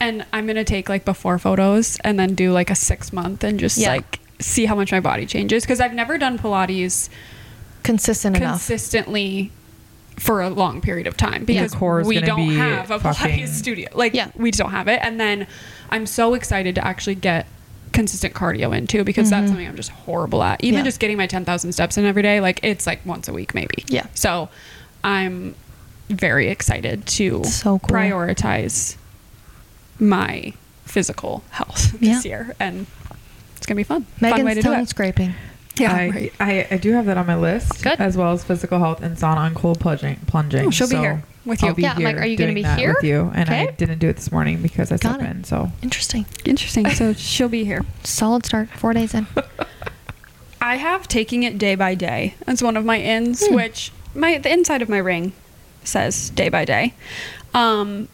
Speaker 1: and I'm gonna take like before photos and then do like a six month and just
Speaker 2: Yeah.
Speaker 1: like see how much my body changes because I've never done Pilates
Speaker 2: Consistent enough.
Speaker 1: consistently for a long period of time because
Speaker 3: core is
Speaker 1: we
Speaker 3: gonna
Speaker 1: don't
Speaker 3: be
Speaker 1: have a
Speaker 3: fucking-
Speaker 1: Pilates studio. Like
Speaker 2: Yeah.
Speaker 1: we just don't have it. And then I'm so excited to actually get consistent cardio in too because that's something I'm just horrible at. Even
Speaker 2: Mm-hmm. Yeah.
Speaker 1: just getting my 10,000 steps in every day, like it's like once a week maybe.
Speaker 2: Yeah.
Speaker 1: So I'm very excited to
Speaker 2: So cool.
Speaker 1: prioritize my physical health this
Speaker 2: Yeah.
Speaker 1: year and it's going to be fun. fun way
Speaker 2: Megan's
Speaker 1: to do
Speaker 2: tongue
Speaker 1: it.
Speaker 2: scraping.
Speaker 1: Yeah,
Speaker 3: I,
Speaker 1: right.
Speaker 3: I, I do have that on my list,
Speaker 1: Good.
Speaker 3: as well as physical health and sauna and cold plunging. plunging.
Speaker 1: Oh, she'll be
Speaker 3: So
Speaker 1: here with you.
Speaker 3: I'll be
Speaker 2: Yeah, I'm like,
Speaker 3: here
Speaker 2: are you gonna
Speaker 3: doing
Speaker 2: be
Speaker 3: that
Speaker 2: here?
Speaker 3: with you? And I
Speaker 2: Okay.
Speaker 3: didn't do it this morning because I
Speaker 2: Got
Speaker 3: slept
Speaker 2: it.
Speaker 3: in. So
Speaker 2: Interesting.
Speaker 1: Interesting. So she'll be here.
Speaker 2: Solid start. Four days in.
Speaker 1: I have taking it day by day. That's one of my ins, which my the inside of my ring says day by day. Um,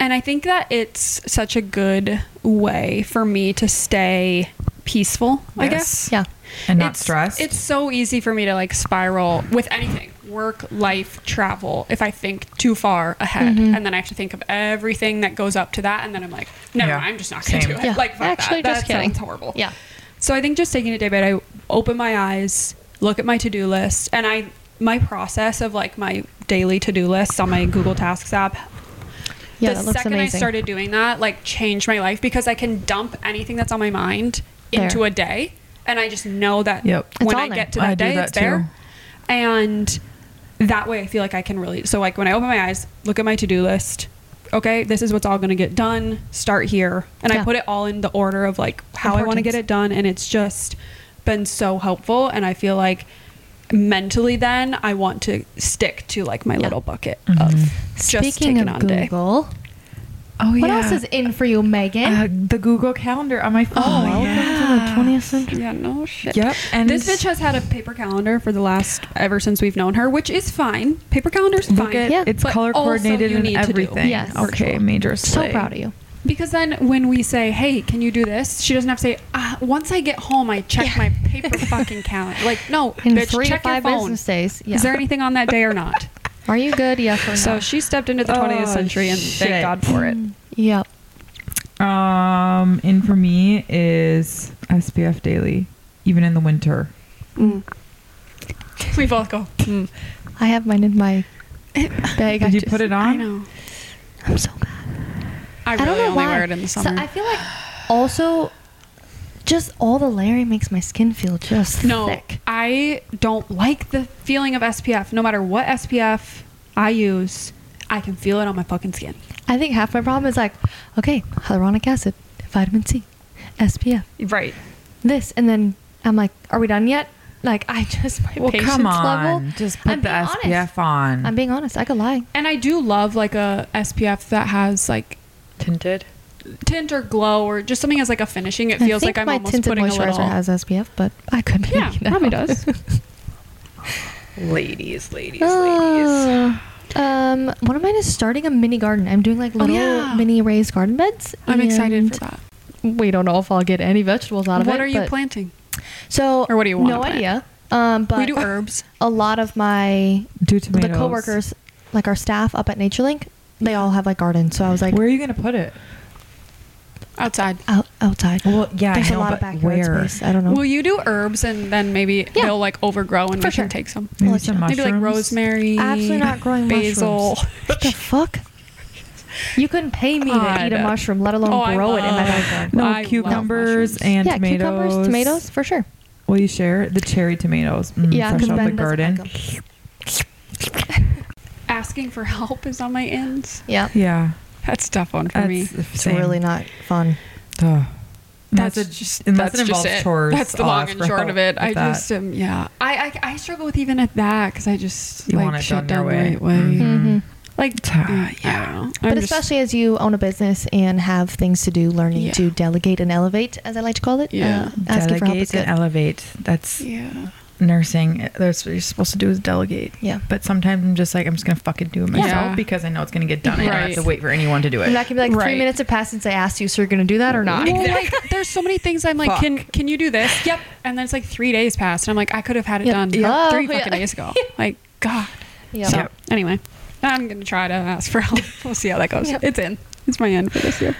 Speaker 1: and I think that it's such a good way for me to stay peaceful. I
Speaker 3: Yes.
Speaker 1: guess
Speaker 2: Yeah.
Speaker 3: and not
Speaker 1: it's,
Speaker 3: stressed.
Speaker 1: It's so easy for me to like spiral with anything work, life, travel if I think too far ahead.
Speaker 3: Mm-hmm.
Speaker 1: And then I have to think of everything that goes up to that. And then I'm like, no,
Speaker 3: Yeah.
Speaker 1: I'm just not going to
Speaker 3: Same.
Speaker 1: do it.
Speaker 2: Yeah.
Speaker 1: Like, fuck
Speaker 2: Actually,
Speaker 1: that.
Speaker 2: just
Speaker 1: that
Speaker 2: kidding.
Speaker 1: sounds horrible.
Speaker 2: Yeah.
Speaker 1: So I think just taking it day by day, open my eyes, look at my to do list, and I my process of like my daily to do list on my Google Tasks app.
Speaker 2: Yeah,
Speaker 1: the
Speaker 2: that looks
Speaker 1: second I
Speaker 2: amazing.
Speaker 1: started doing that, like changed my life because I can dump anything that's on my mind
Speaker 2: There.
Speaker 1: into a day, and I just know that
Speaker 3: Yep. It's
Speaker 1: when
Speaker 2: all
Speaker 1: I
Speaker 2: there.
Speaker 1: get to
Speaker 3: I
Speaker 1: that
Speaker 3: do
Speaker 1: day,
Speaker 3: that
Speaker 1: it's there.
Speaker 3: too.
Speaker 1: And that way, I feel like I can really. So, like, when I open my eyes, look at my to do list. Okay, this is what's all going to get done. Start here. And I
Speaker 2: Yeah.
Speaker 1: put it all in the order of like how I want to get
Speaker 2: Importance.
Speaker 1: it done. And it's just been so helpful. And I feel like mentally, then I want to stick to like my
Speaker 2: Yeah. Mm-hmm.
Speaker 1: little bucket
Speaker 3: Mhm.
Speaker 1: of just
Speaker 2: Speaking
Speaker 1: taking
Speaker 2: of
Speaker 1: on day.
Speaker 2: Google,
Speaker 3: oh
Speaker 2: what else is in for you, Megan?
Speaker 3: uh, the Google Calendar on my phone?
Speaker 1: Oh,
Speaker 3: Welcome
Speaker 1: yeah.
Speaker 3: to the 20th century.
Speaker 1: Yeah, no shit.
Speaker 3: Yep, and-
Speaker 1: this bitch has had a paper calendar for the last ever since we've known her, which is fine. Paper calender's
Speaker 3: Look
Speaker 1: fine.
Speaker 3: at
Speaker 2: Yeah.
Speaker 3: it's
Speaker 1: But
Speaker 3: color
Speaker 1: also
Speaker 3: coordinated
Speaker 1: you
Speaker 3: and
Speaker 1: need to do
Speaker 3: everything.
Speaker 2: Yes.
Speaker 3: Okay,
Speaker 1: virtual.
Speaker 3: major.
Speaker 2: so
Speaker 3: slay.
Speaker 2: proud of you.
Speaker 1: Because then when we say, hey, can you do this? She doesn't have to say, uh, once I get home, I check my paper fucking calendar. Like, no,
Speaker 2: In
Speaker 1: bitch,
Speaker 2: three to
Speaker 1: check
Speaker 2: five
Speaker 1: your phone.
Speaker 2: business days. Yeah.
Speaker 1: Is there anything on that day or not?
Speaker 2: Are you good? Yes or no?
Speaker 1: so she stepped into the
Speaker 3: Oh,
Speaker 1: 20th century and
Speaker 3: shit.
Speaker 1: thank God for it.
Speaker 2: Mm. yep.
Speaker 3: Um, and for me is SPF daily, even in the winter.
Speaker 1: We both go, mm.
Speaker 2: I have mine in my bag. I
Speaker 3: Did you
Speaker 2: just-
Speaker 3: put it
Speaker 1: I
Speaker 3: on?
Speaker 1: know.
Speaker 2: I'm so bad.
Speaker 1: I really
Speaker 2: I don't know
Speaker 1: only
Speaker 2: why.
Speaker 1: wear it in the
Speaker 2: So
Speaker 1: summer.
Speaker 2: I feel like also just all the layering makes my skin feel just
Speaker 1: no,
Speaker 2: thick.
Speaker 1: I don't like the feeling of SPF. No matter what SPF I use, I can feel it on my fucking skin.
Speaker 2: I think half my problem is like, okay, hyaluronic acid, vitamin C, SPF,
Speaker 1: Right.
Speaker 2: this, and then I'm like, are we done yet? Like I just my
Speaker 3: Well,
Speaker 2: patience
Speaker 3: come on.
Speaker 2: level.
Speaker 3: Just put
Speaker 2: I'm
Speaker 3: the
Speaker 2: being honest.
Speaker 3: SPF on.
Speaker 2: I'm being honest. I could lie.
Speaker 1: And I do love like a SPF that has like
Speaker 3: tinted.
Speaker 1: tint or glow or just something as like a finishing. It
Speaker 2: I
Speaker 1: feels
Speaker 2: think
Speaker 1: like I'm
Speaker 2: my
Speaker 1: almost
Speaker 2: tinted
Speaker 1: putting a
Speaker 2: moisturizer
Speaker 1: little.
Speaker 2: has SPF, but I could be
Speaker 1: yeah,
Speaker 2: making that
Speaker 1: probably
Speaker 2: up.
Speaker 1: does.
Speaker 3: Ladies, ladies,
Speaker 2: Oh. Um, what am I just starting a mini garden? I'm doing like little
Speaker 1: Oh, yeah.
Speaker 2: mini raised garden beds.
Speaker 1: I'm excited
Speaker 2: and
Speaker 1: for that.
Speaker 2: We don't know if I'll get any vegetables out of it.
Speaker 1: What are you
Speaker 2: but-
Speaker 1: planting?
Speaker 2: So
Speaker 1: or what do you wanna
Speaker 2: No
Speaker 1: plant?
Speaker 2: idea. Um, but
Speaker 1: we do herbs.
Speaker 2: a lot of my
Speaker 3: Do tomatoes.
Speaker 2: the coworkers, like our staff up at NatureLink, they all have like gardens. So I was like,
Speaker 3: Where are you gonna put it?
Speaker 1: Outside.
Speaker 2: out outside.
Speaker 3: Well, yeah, I
Speaker 2: there's
Speaker 3: know,
Speaker 2: a lot of
Speaker 3: but
Speaker 2: backyard
Speaker 3: where?
Speaker 2: space. I don't know.
Speaker 1: Will you do herbs and then maybe
Speaker 2: Yeah.
Speaker 1: they'll like overgrow and
Speaker 2: For
Speaker 1: we
Speaker 2: sure.
Speaker 1: can take some?
Speaker 3: Maybe
Speaker 2: let
Speaker 3: some
Speaker 2: you know.
Speaker 1: Maybe like
Speaker 3: mushrooms?
Speaker 1: rosemary.
Speaker 2: Absolutely not growing
Speaker 1: basil.
Speaker 2: mushrooms. What the fuck? You couldn't pay me to eat
Speaker 1: God.
Speaker 2: a mushroom, let alone
Speaker 1: Oh, I
Speaker 2: grow it in my
Speaker 1: love-
Speaker 2: backyard.
Speaker 3: No,
Speaker 1: I love
Speaker 3: cucumbers
Speaker 1: mushrooms.
Speaker 3: and
Speaker 2: yeah,
Speaker 3: tomatoes.
Speaker 2: cucumbers, tomatoes, Mm-hmm. for sure.
Speaker 3: Will you share the cherry tomatoes? Mm,
Speaker 2: yeah,
Speaker 3: fresh
Speaker 2: because
Speaker 3: out
Speaker 2: Ben
Speaker 3: the
Speaker 2: doesn't
Speaker 3: garden.
Speaker 2: like 'em.
Speaker 1: Asking for help is on my ends.
Speaker 2: Yeah,
Speaker 3: Yeah,
Speaker 1: That's a tough one for me.
Speaker 2: it's really not fun.
Speaker 3: Duh.
Speaker 1: That's
Speaker 3: Unless it-
Speaker 1: just
Speaker 3: unless
Speaker 1: that's
Speaker 3: it involves
Speaker 1: just it.
Speaker 3: chores.
Speaker 1: That's the
Speaker 3: I'll
Speaker 1: long
Speaker 3: ask
Speaker 1: and
Speaker 3: for
Speaker 1: short
Speaker 3: help
Speaker 1: of it. I
Speaker 3: with that.
Speaker 1: just um, yeah. I, I I struggle with even at that because I just
Speaker 3: You
Speaker 1: like
Speaker 3: want it
Speaker 1: shit
Speaker 3: done your way.
Speaker 1: the
Speaker 3: Mm-hmm.
Speaker 1: right way.
Speaker 2: hmm
Speaker 1: Like
Speaker 3: Ah,
Speaker 1: Mm, yeah, I don't know.
Speaker 2: But
Speaker 1: I'm Mm-hmm. just-
Speaker 2: especially as you own a business and have things to do, learning
Speaker 1: Yeah.
Speaker 2: to delegate and elevate, as I like to call it.
Speaker 1: Yeah.
Speaker 2: Uh, asking for help is
Speaker 5: delegate
Speaker 2: good.
Speaker 5: and elevate. That's
Speaker 1: yeah.
Speaker 5: nursing. That's what you're supposed to do is delegate.
Speaker 2: Yeah.
Speaker 5: But sometimes I'm just like, I'm just going to fucking do it myself
Speaker 1: Yeah.
Speaker 5: because I know it's going to get done. I don't
Speaker 1: Right.
Speaker 5: have to wait for anyone to do
Speaker 2: I'm
Speaker 5: it.
Speaker 2: not gonna be like
Speaker 1: Right.
Speaker 2: three minutes have passed since I asked you, so you're gonna do that or not?
Speaker 1: Well, like there's so many things I'm like, can can you do this? Yep. And then it's like three days passed, and I'm like, I could have had it
Speaker 5: Yep.
Speaker 1: done
Speaker 2: Yeah.
Speaker 1: three
Speaker 2: Oh, yeah.
Speaker 1: fucking days ago. Like God.
Speaker 2: Yeah.
Speaker 1: So
Speaker 5: Yep.
Speaker 1: anyway, I'm gonna try to ask for help. We'll see how that goes.
Speaker 2: Yep.
Speaker 1: It's in. It's my end for this year.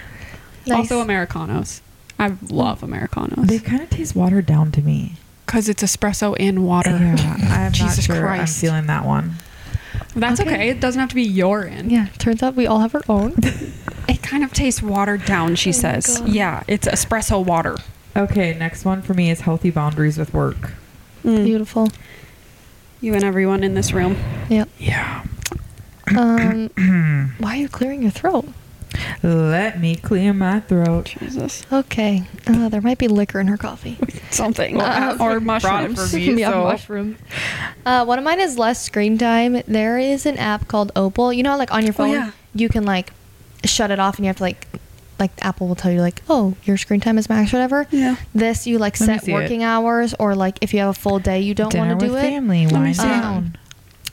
Speaker 2: Nice.
Speaker 1: Also Americanos. I love
Speaker 3: They
Speaker 1: Americanos
Speaker 3: kind of taste watered down to me.
Speaker 1: because it's espresso and water.
Speaker 3: Yeah, I'm
Speaker 1: Jesus
Speaker 3: not sure
Speaker 1: Christ.
Speaker 3: I'm feeling that one.
Speaker 1: That's okay.
Speaker 2: Okay.
Speaker 1: It doesn't have to be your end.
Speaker 2: yeah. Turns out we all have our own.
Speaker 1: It kind of tastes watered down, she
Speaker 2: Oh my
Speaker 1: says.
Speaker 2: God.
Speaker 1: Yeah, it's espresso water.
Speaker 3: Okay, next one for me is healthy boundaries with work.
Speaker 2: Beautiful.
Speaker 1: You and everyone in this room.
Speaker 2: Yep.
Speaker 3: Yeah.
Speaker 2: Um, why are you clearing your throat?
Speaker 3: Let me clear my throat.
Speaker 1: Jesus.
Speaker 2: Okay. Uh, there might be liquor in her coffee.
Speaker 1: Something.
Speaker 2: Uh,
Speaker 1: or
Speaker 5: brought it
Speaker 1: mushrooms.
Speaker 5: for me,
Speaker 2: yeah,
Speaker 5: so-
Speaker 2: mushrooms. Uh, one of mine is less screen time. There is an app called Opal. You know, how, like on your phone,
Speaker 1: Oh, yeah.
Speaker 2: you can like shut it off, and you have to like, like Apple will tell you like, oh, your screen time is max, whatever.
Speaker 1: Yeah.
Speaker 2: This you like
Speaker 5: Let me
Speaker 2: set
Speaker 5: see it.
Speaker 2: working hours, or like if you have a full day, you don't
Speaker 3: Dinner
Speaker 2: want to
Speaker 3: with
Speaker 2: do it.
Speaker 3: family.
Speaker 1: me
Speaker 3: Wind
Speaker 1: see.
Speaker 3: down.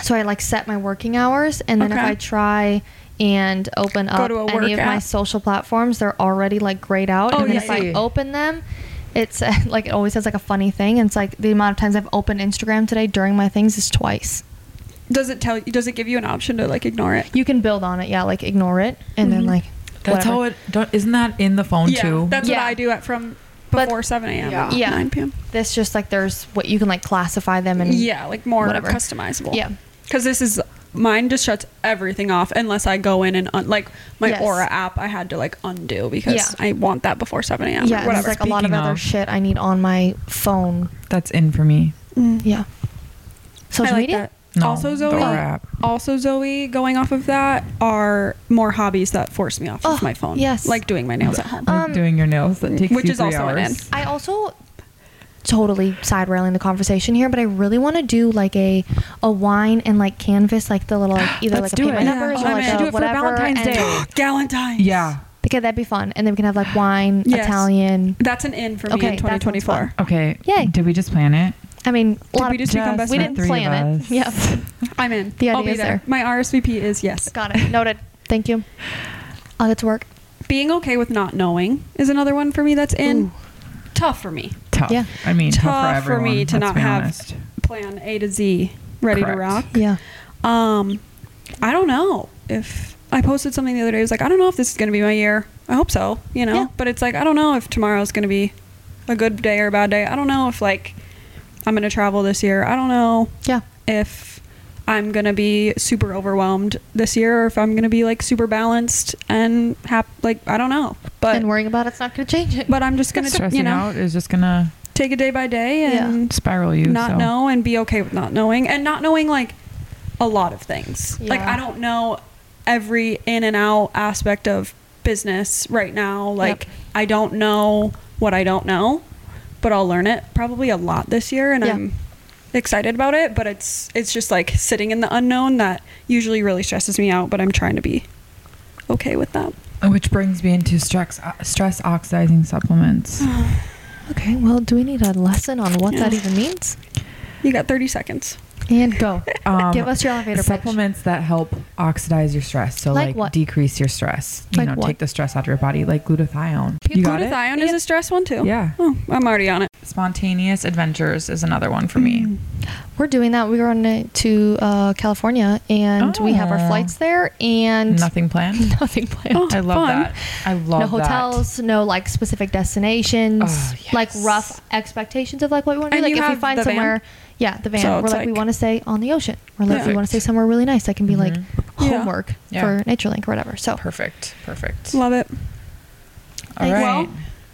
Speaker 2: So I like set my working hours, and then if
Speaker 1: Okay.
Speaker 2: I try and open up
Speaker 1: to a work
Speaker 2: any of my
Speaker 1: app.
Speaker 2: social platforms, they're already like grayed out.
Speaker 1: Oh,
Speaker 2: and then
Speaker 1: yeah,
Speaker 2: if
Speaker 1: yeah.
Speaker 2: I open them, it's uh, like it always has like a funny thing. And it's like the amount of times I've opened Instagram today during my things is twice.
Speaker 1: Does it tell you does it give you an option to like ignore it?
Speaker 2: You can build on it, yeah, like ignore it, and then
Speaker 1: Mhm.
Speaker 2: like
Speaker 3: That's
Speaker 2: whatever.
Speaker 3: how it. Don't, isn't that in the phone
Speaker 1: yeah.
Speaker 3: too?
Speaker 1: That's
Speaker 2: Yeah.
Speaker 1: what I do at from
Speaker 2: But-
Speaker 1: before seven AM.
Speaker 5: Yeah.
Speaker 1: Yeah.
Speaker 2: Yeah.
Speaker 1: Nine PM.
Speaker 2: This just like there's what you can like classify them and
Speaker 1: Yeah, like more
Speaker 2: Whatever.
Speaker 1: customizable.
Speaker 2: yeah.
Speaker 1: Because this is mine just shuts everything off unless I go in and un- like my
Speaker 2: Yes.
Speaker 1: Aura app I had to like undo because
Speaker 2: Yeah.
Speaker 1: I want that before 7 a.m.
Speaker 2: Yeah,
Speaker 1: or
Speaker 2: and there's
Speaker 1: whatever.
Speaker 2: like a lot of
Speaker 3: Speaking
Speaker 2: other
Speaker 3: of-
Speaker 2: shit I need on my phone.
Speaker 3: That's in for me.
Speaker 2: Yeah.
Speaker 1: Mm-hmm. I
Speaker 2: Social
Speaker 1: like
Speaker 2: media?
Speaker 1: that.
Speaker 3: No,
Speaker 1: also,
Speaker 3: the
Speaker 1: Zoe.
Speaker 3: Aura app.
Speaker 1: Also, Zoe. Going off of that are more hobbies that force me off of
Speaker 2: Oh,
Speaker 1: my phone.
Speaker 2: yes.
Speaker 1: like doing my nails at home.
Speaker 2: Um,
Speaker 3: like doing your nails that takes
Speaker 1: which
Speaker 3: you
Speaker 1: is
Speaker 3: three
Speaker 1: also an
Speaker 3: hours.
Speaker 1: end.
Speaker 2: I also totally side railing the conversation here, but I really want to do like a a wine and like canvas, like the little like, either like
Speaker 3: Let's
Speaker 2: a
Speaker 3: do
Speaker 2: paint my
Speaker 3: it.
Speaker 2: numbers
Speaker 1: Yeah.
Speaker 2: or
Speaker 1: Oh, man.
Speaker 2: like
Speaker 1: Do
Speaker 2: a
Speaker 1: it
Speaker 3: for
Speaker 2: whatever.
Speaker 3: Valentine's
Speaker 2: and-
Speaker 3: Day.
Speaker 1: Galentine's.
Speaker 3: Yeah.
Speaker 2: Okay, that'd be fun, and then we can have like wine,
Speaker 1: Yes.
Speaker 2: Italian.
Speaker 1: That's an in for me
Speaker 2: Okay,
Speaker 1: in
Speaker 2: that sounds
Speaker 1: 2024.
Speaker 3: Okay.
Speaker 2: Yay.
Speaker 3: Did we just plan it?
Speaker 2: I mean, a lot
Speaker 1: we
Speaker 2: of
Speaker 1: just become best
Speaker 2: we
Speaker 1: friends?
Speaker 2: didn't plan it. Yep,
Speaker 1: I'm in.
Speaker 2: The
Speaker 1: I'll
Speaker 2: idea
Speaker 1: be
Speaker 2: is
Speaker 1: there.
Speaker 2: there.
Speaker 1: My RSVP is yes.
Speaker 2: got it. Noted. Thank you. I'll get to work.
Speaker 1: Being okay with not knowing is another one for me that's in.
Speaker 2: Ooh.
Speaker 1: Tough for me.
Speaker 3: Tough.
Speaker 2: Yeah.
Speaker 3: I mean, tough, for
Speaker 1: Tough for
Speaker 3: everyone.
Speaker 1: me to
Speaker 3: let's
Speaker 1: not
Speaker 3: be
Speaker 1: have-
Speaker 3: honest.
Speaker 1: Plan A to Z, ready
Speaker 3: Correct.
Speaker 1: to rock.
Speaker 2: Yeah.
Speaker 1: Um, I don't know if I posted something the other day. It was like, I don't know if this is going to be my year. I hope so, you know.
Speaker 2: Yeah.
Speaker 1: But it's like, I don't know if tomorrow's going to be a good day or a bad day. I don't know if like I'm going to travel this year. I don't know
Speaker 2: Yeah.
Speaker 1: if I'm going to be super overwhelmed this year or if I'm going to be like super balanced and hap- like I don't know. But
Speaker 2: and worrying about it's not going to change it.
Speaker 1: but I'm just going to,
Speaker 3: Stressing
Speaker 1: you know,
Speaker 3: out is just gonna
Speaker 1: take it day by day and
Speaker 3: spiral you.
Speaker 1: not
Speaker 3: so.
Speaker 1: know and be okay with not knowing and not knowing like a lot of things. Like
Speaker 2: Yeah.
Speaker 1: I don't know every in and out aspect of business right now. Like
Speaker 2: Yep.
Speaker 1: I don't know what I don't know, but I'll learn it probably a lot this year and
Speaker 2: Yeah.
Speaker 1: I'm excited about it, but it's it's just like sitting in the unknown that usually really stresses me out, but I'm trying to be okay with that.
Speaker 3: Oh, Which brings me into stress uh, stress oxidizing supplements.
Speaker 2: okay, well, do we need a lesson on what that
Speaker 1: Yeah.
Speaker 2: even means?
Speaker 1: You got 30 seconds.
Speaker 2: And go.
Speaker 3: Um,
Speaker 2: Give us your elevator pitch.
Speaker 3: supplements that help oxidize your stress. So
Speaker 2: Like
Speaker 3: like,
Speaker 2: what?
Speaker 3: decrease your stress. You
Speaker 2: Like
Speaker 3: know,
Speaker 2: what?
Speaker 3: take the stress out of your body, like glutathione. You got it?
Speaker 1: Glutathione is a stress one too.
Speaker 3: Yeah.
Speaker 1: Oh, I'm already on it.
Speaker 3: Spontaneous adventures is another one for me.
Speaker 1: Mm.
Speaker 2: We're doing that. We're on it to uh, California, and we have our
Speaker 3: Oh.
Speaker 2: flights there, and
Speaker 3: Nothing planned.
Speaker 2: nothing planned.
Speaker 3: I love
Speaker 1: Oh, fun.
Speaker 3: that. I Oh, love
Speaker 2: no
Speaker 3: that.
Speaker 2: hotels, no like specific destinations,
Speaker 3: Oh,
Speaker 2: like
Speaker 3: yes.
Speaker 2: rough expectations of like what we want to do.
Speaker 3: And
Speaker 2: Like
Speaker 3: you
Speaker 2: if we
Speaker 3: have
Speaker 2: find
Speaker 3: the van?
Speaker 2: somewhere, yeah, the van.
Speaker 3: So
Speaker 2: we're
Speaker 3: it's
Speaker 2: like, we
Speaker 3: like-
Speaker 2: want to stay on the ocean. We're like we want
Speaker 3: Perfect.
Speaker 2: to stay somewhere really nice that can be
Speaker 3: Mhm.
Speaker 2: like
Speaker 1: Yeah.
Speaker 2: homework
Speaker 3: Yeah.
Speaker 2: for NatureLink or whatever. So
Speaker 3: Perfect. Perfect.
Speaker 1: Love it.
Speaker 3: All
Speaker 2: Thanks.
Speaker 3: right.
Speaker 1: Well,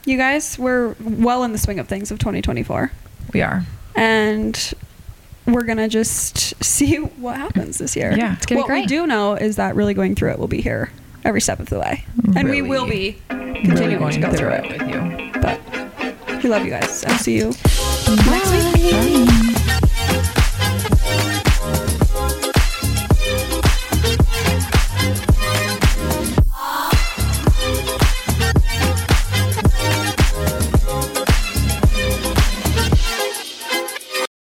Speaker 1: you guys, we're well in the swing of things of 2024.
Speaker 3: we are.
Speaker 1: And we're going to just see what happens this year.
Speaker 3: Yeah. It's
Speaker 2: gonna be
Speaker 1: what we
Speaker 2: great.
Speaker 1: do know is that really going through it will be here every step of the way. And we
Speaker 5: Really.
Speaker 1: will be
Speaker 3: Really
Speaker 1: continuing
Speaker 3: going
Speaker 1: to go
Speaker 3: through
Speaker 1: through
Speaker 3: it
Speaker 1: it.
Speaker 3: with you.
Speaker 1: But we love you guys. I'll see you.
Speaker 2: next week.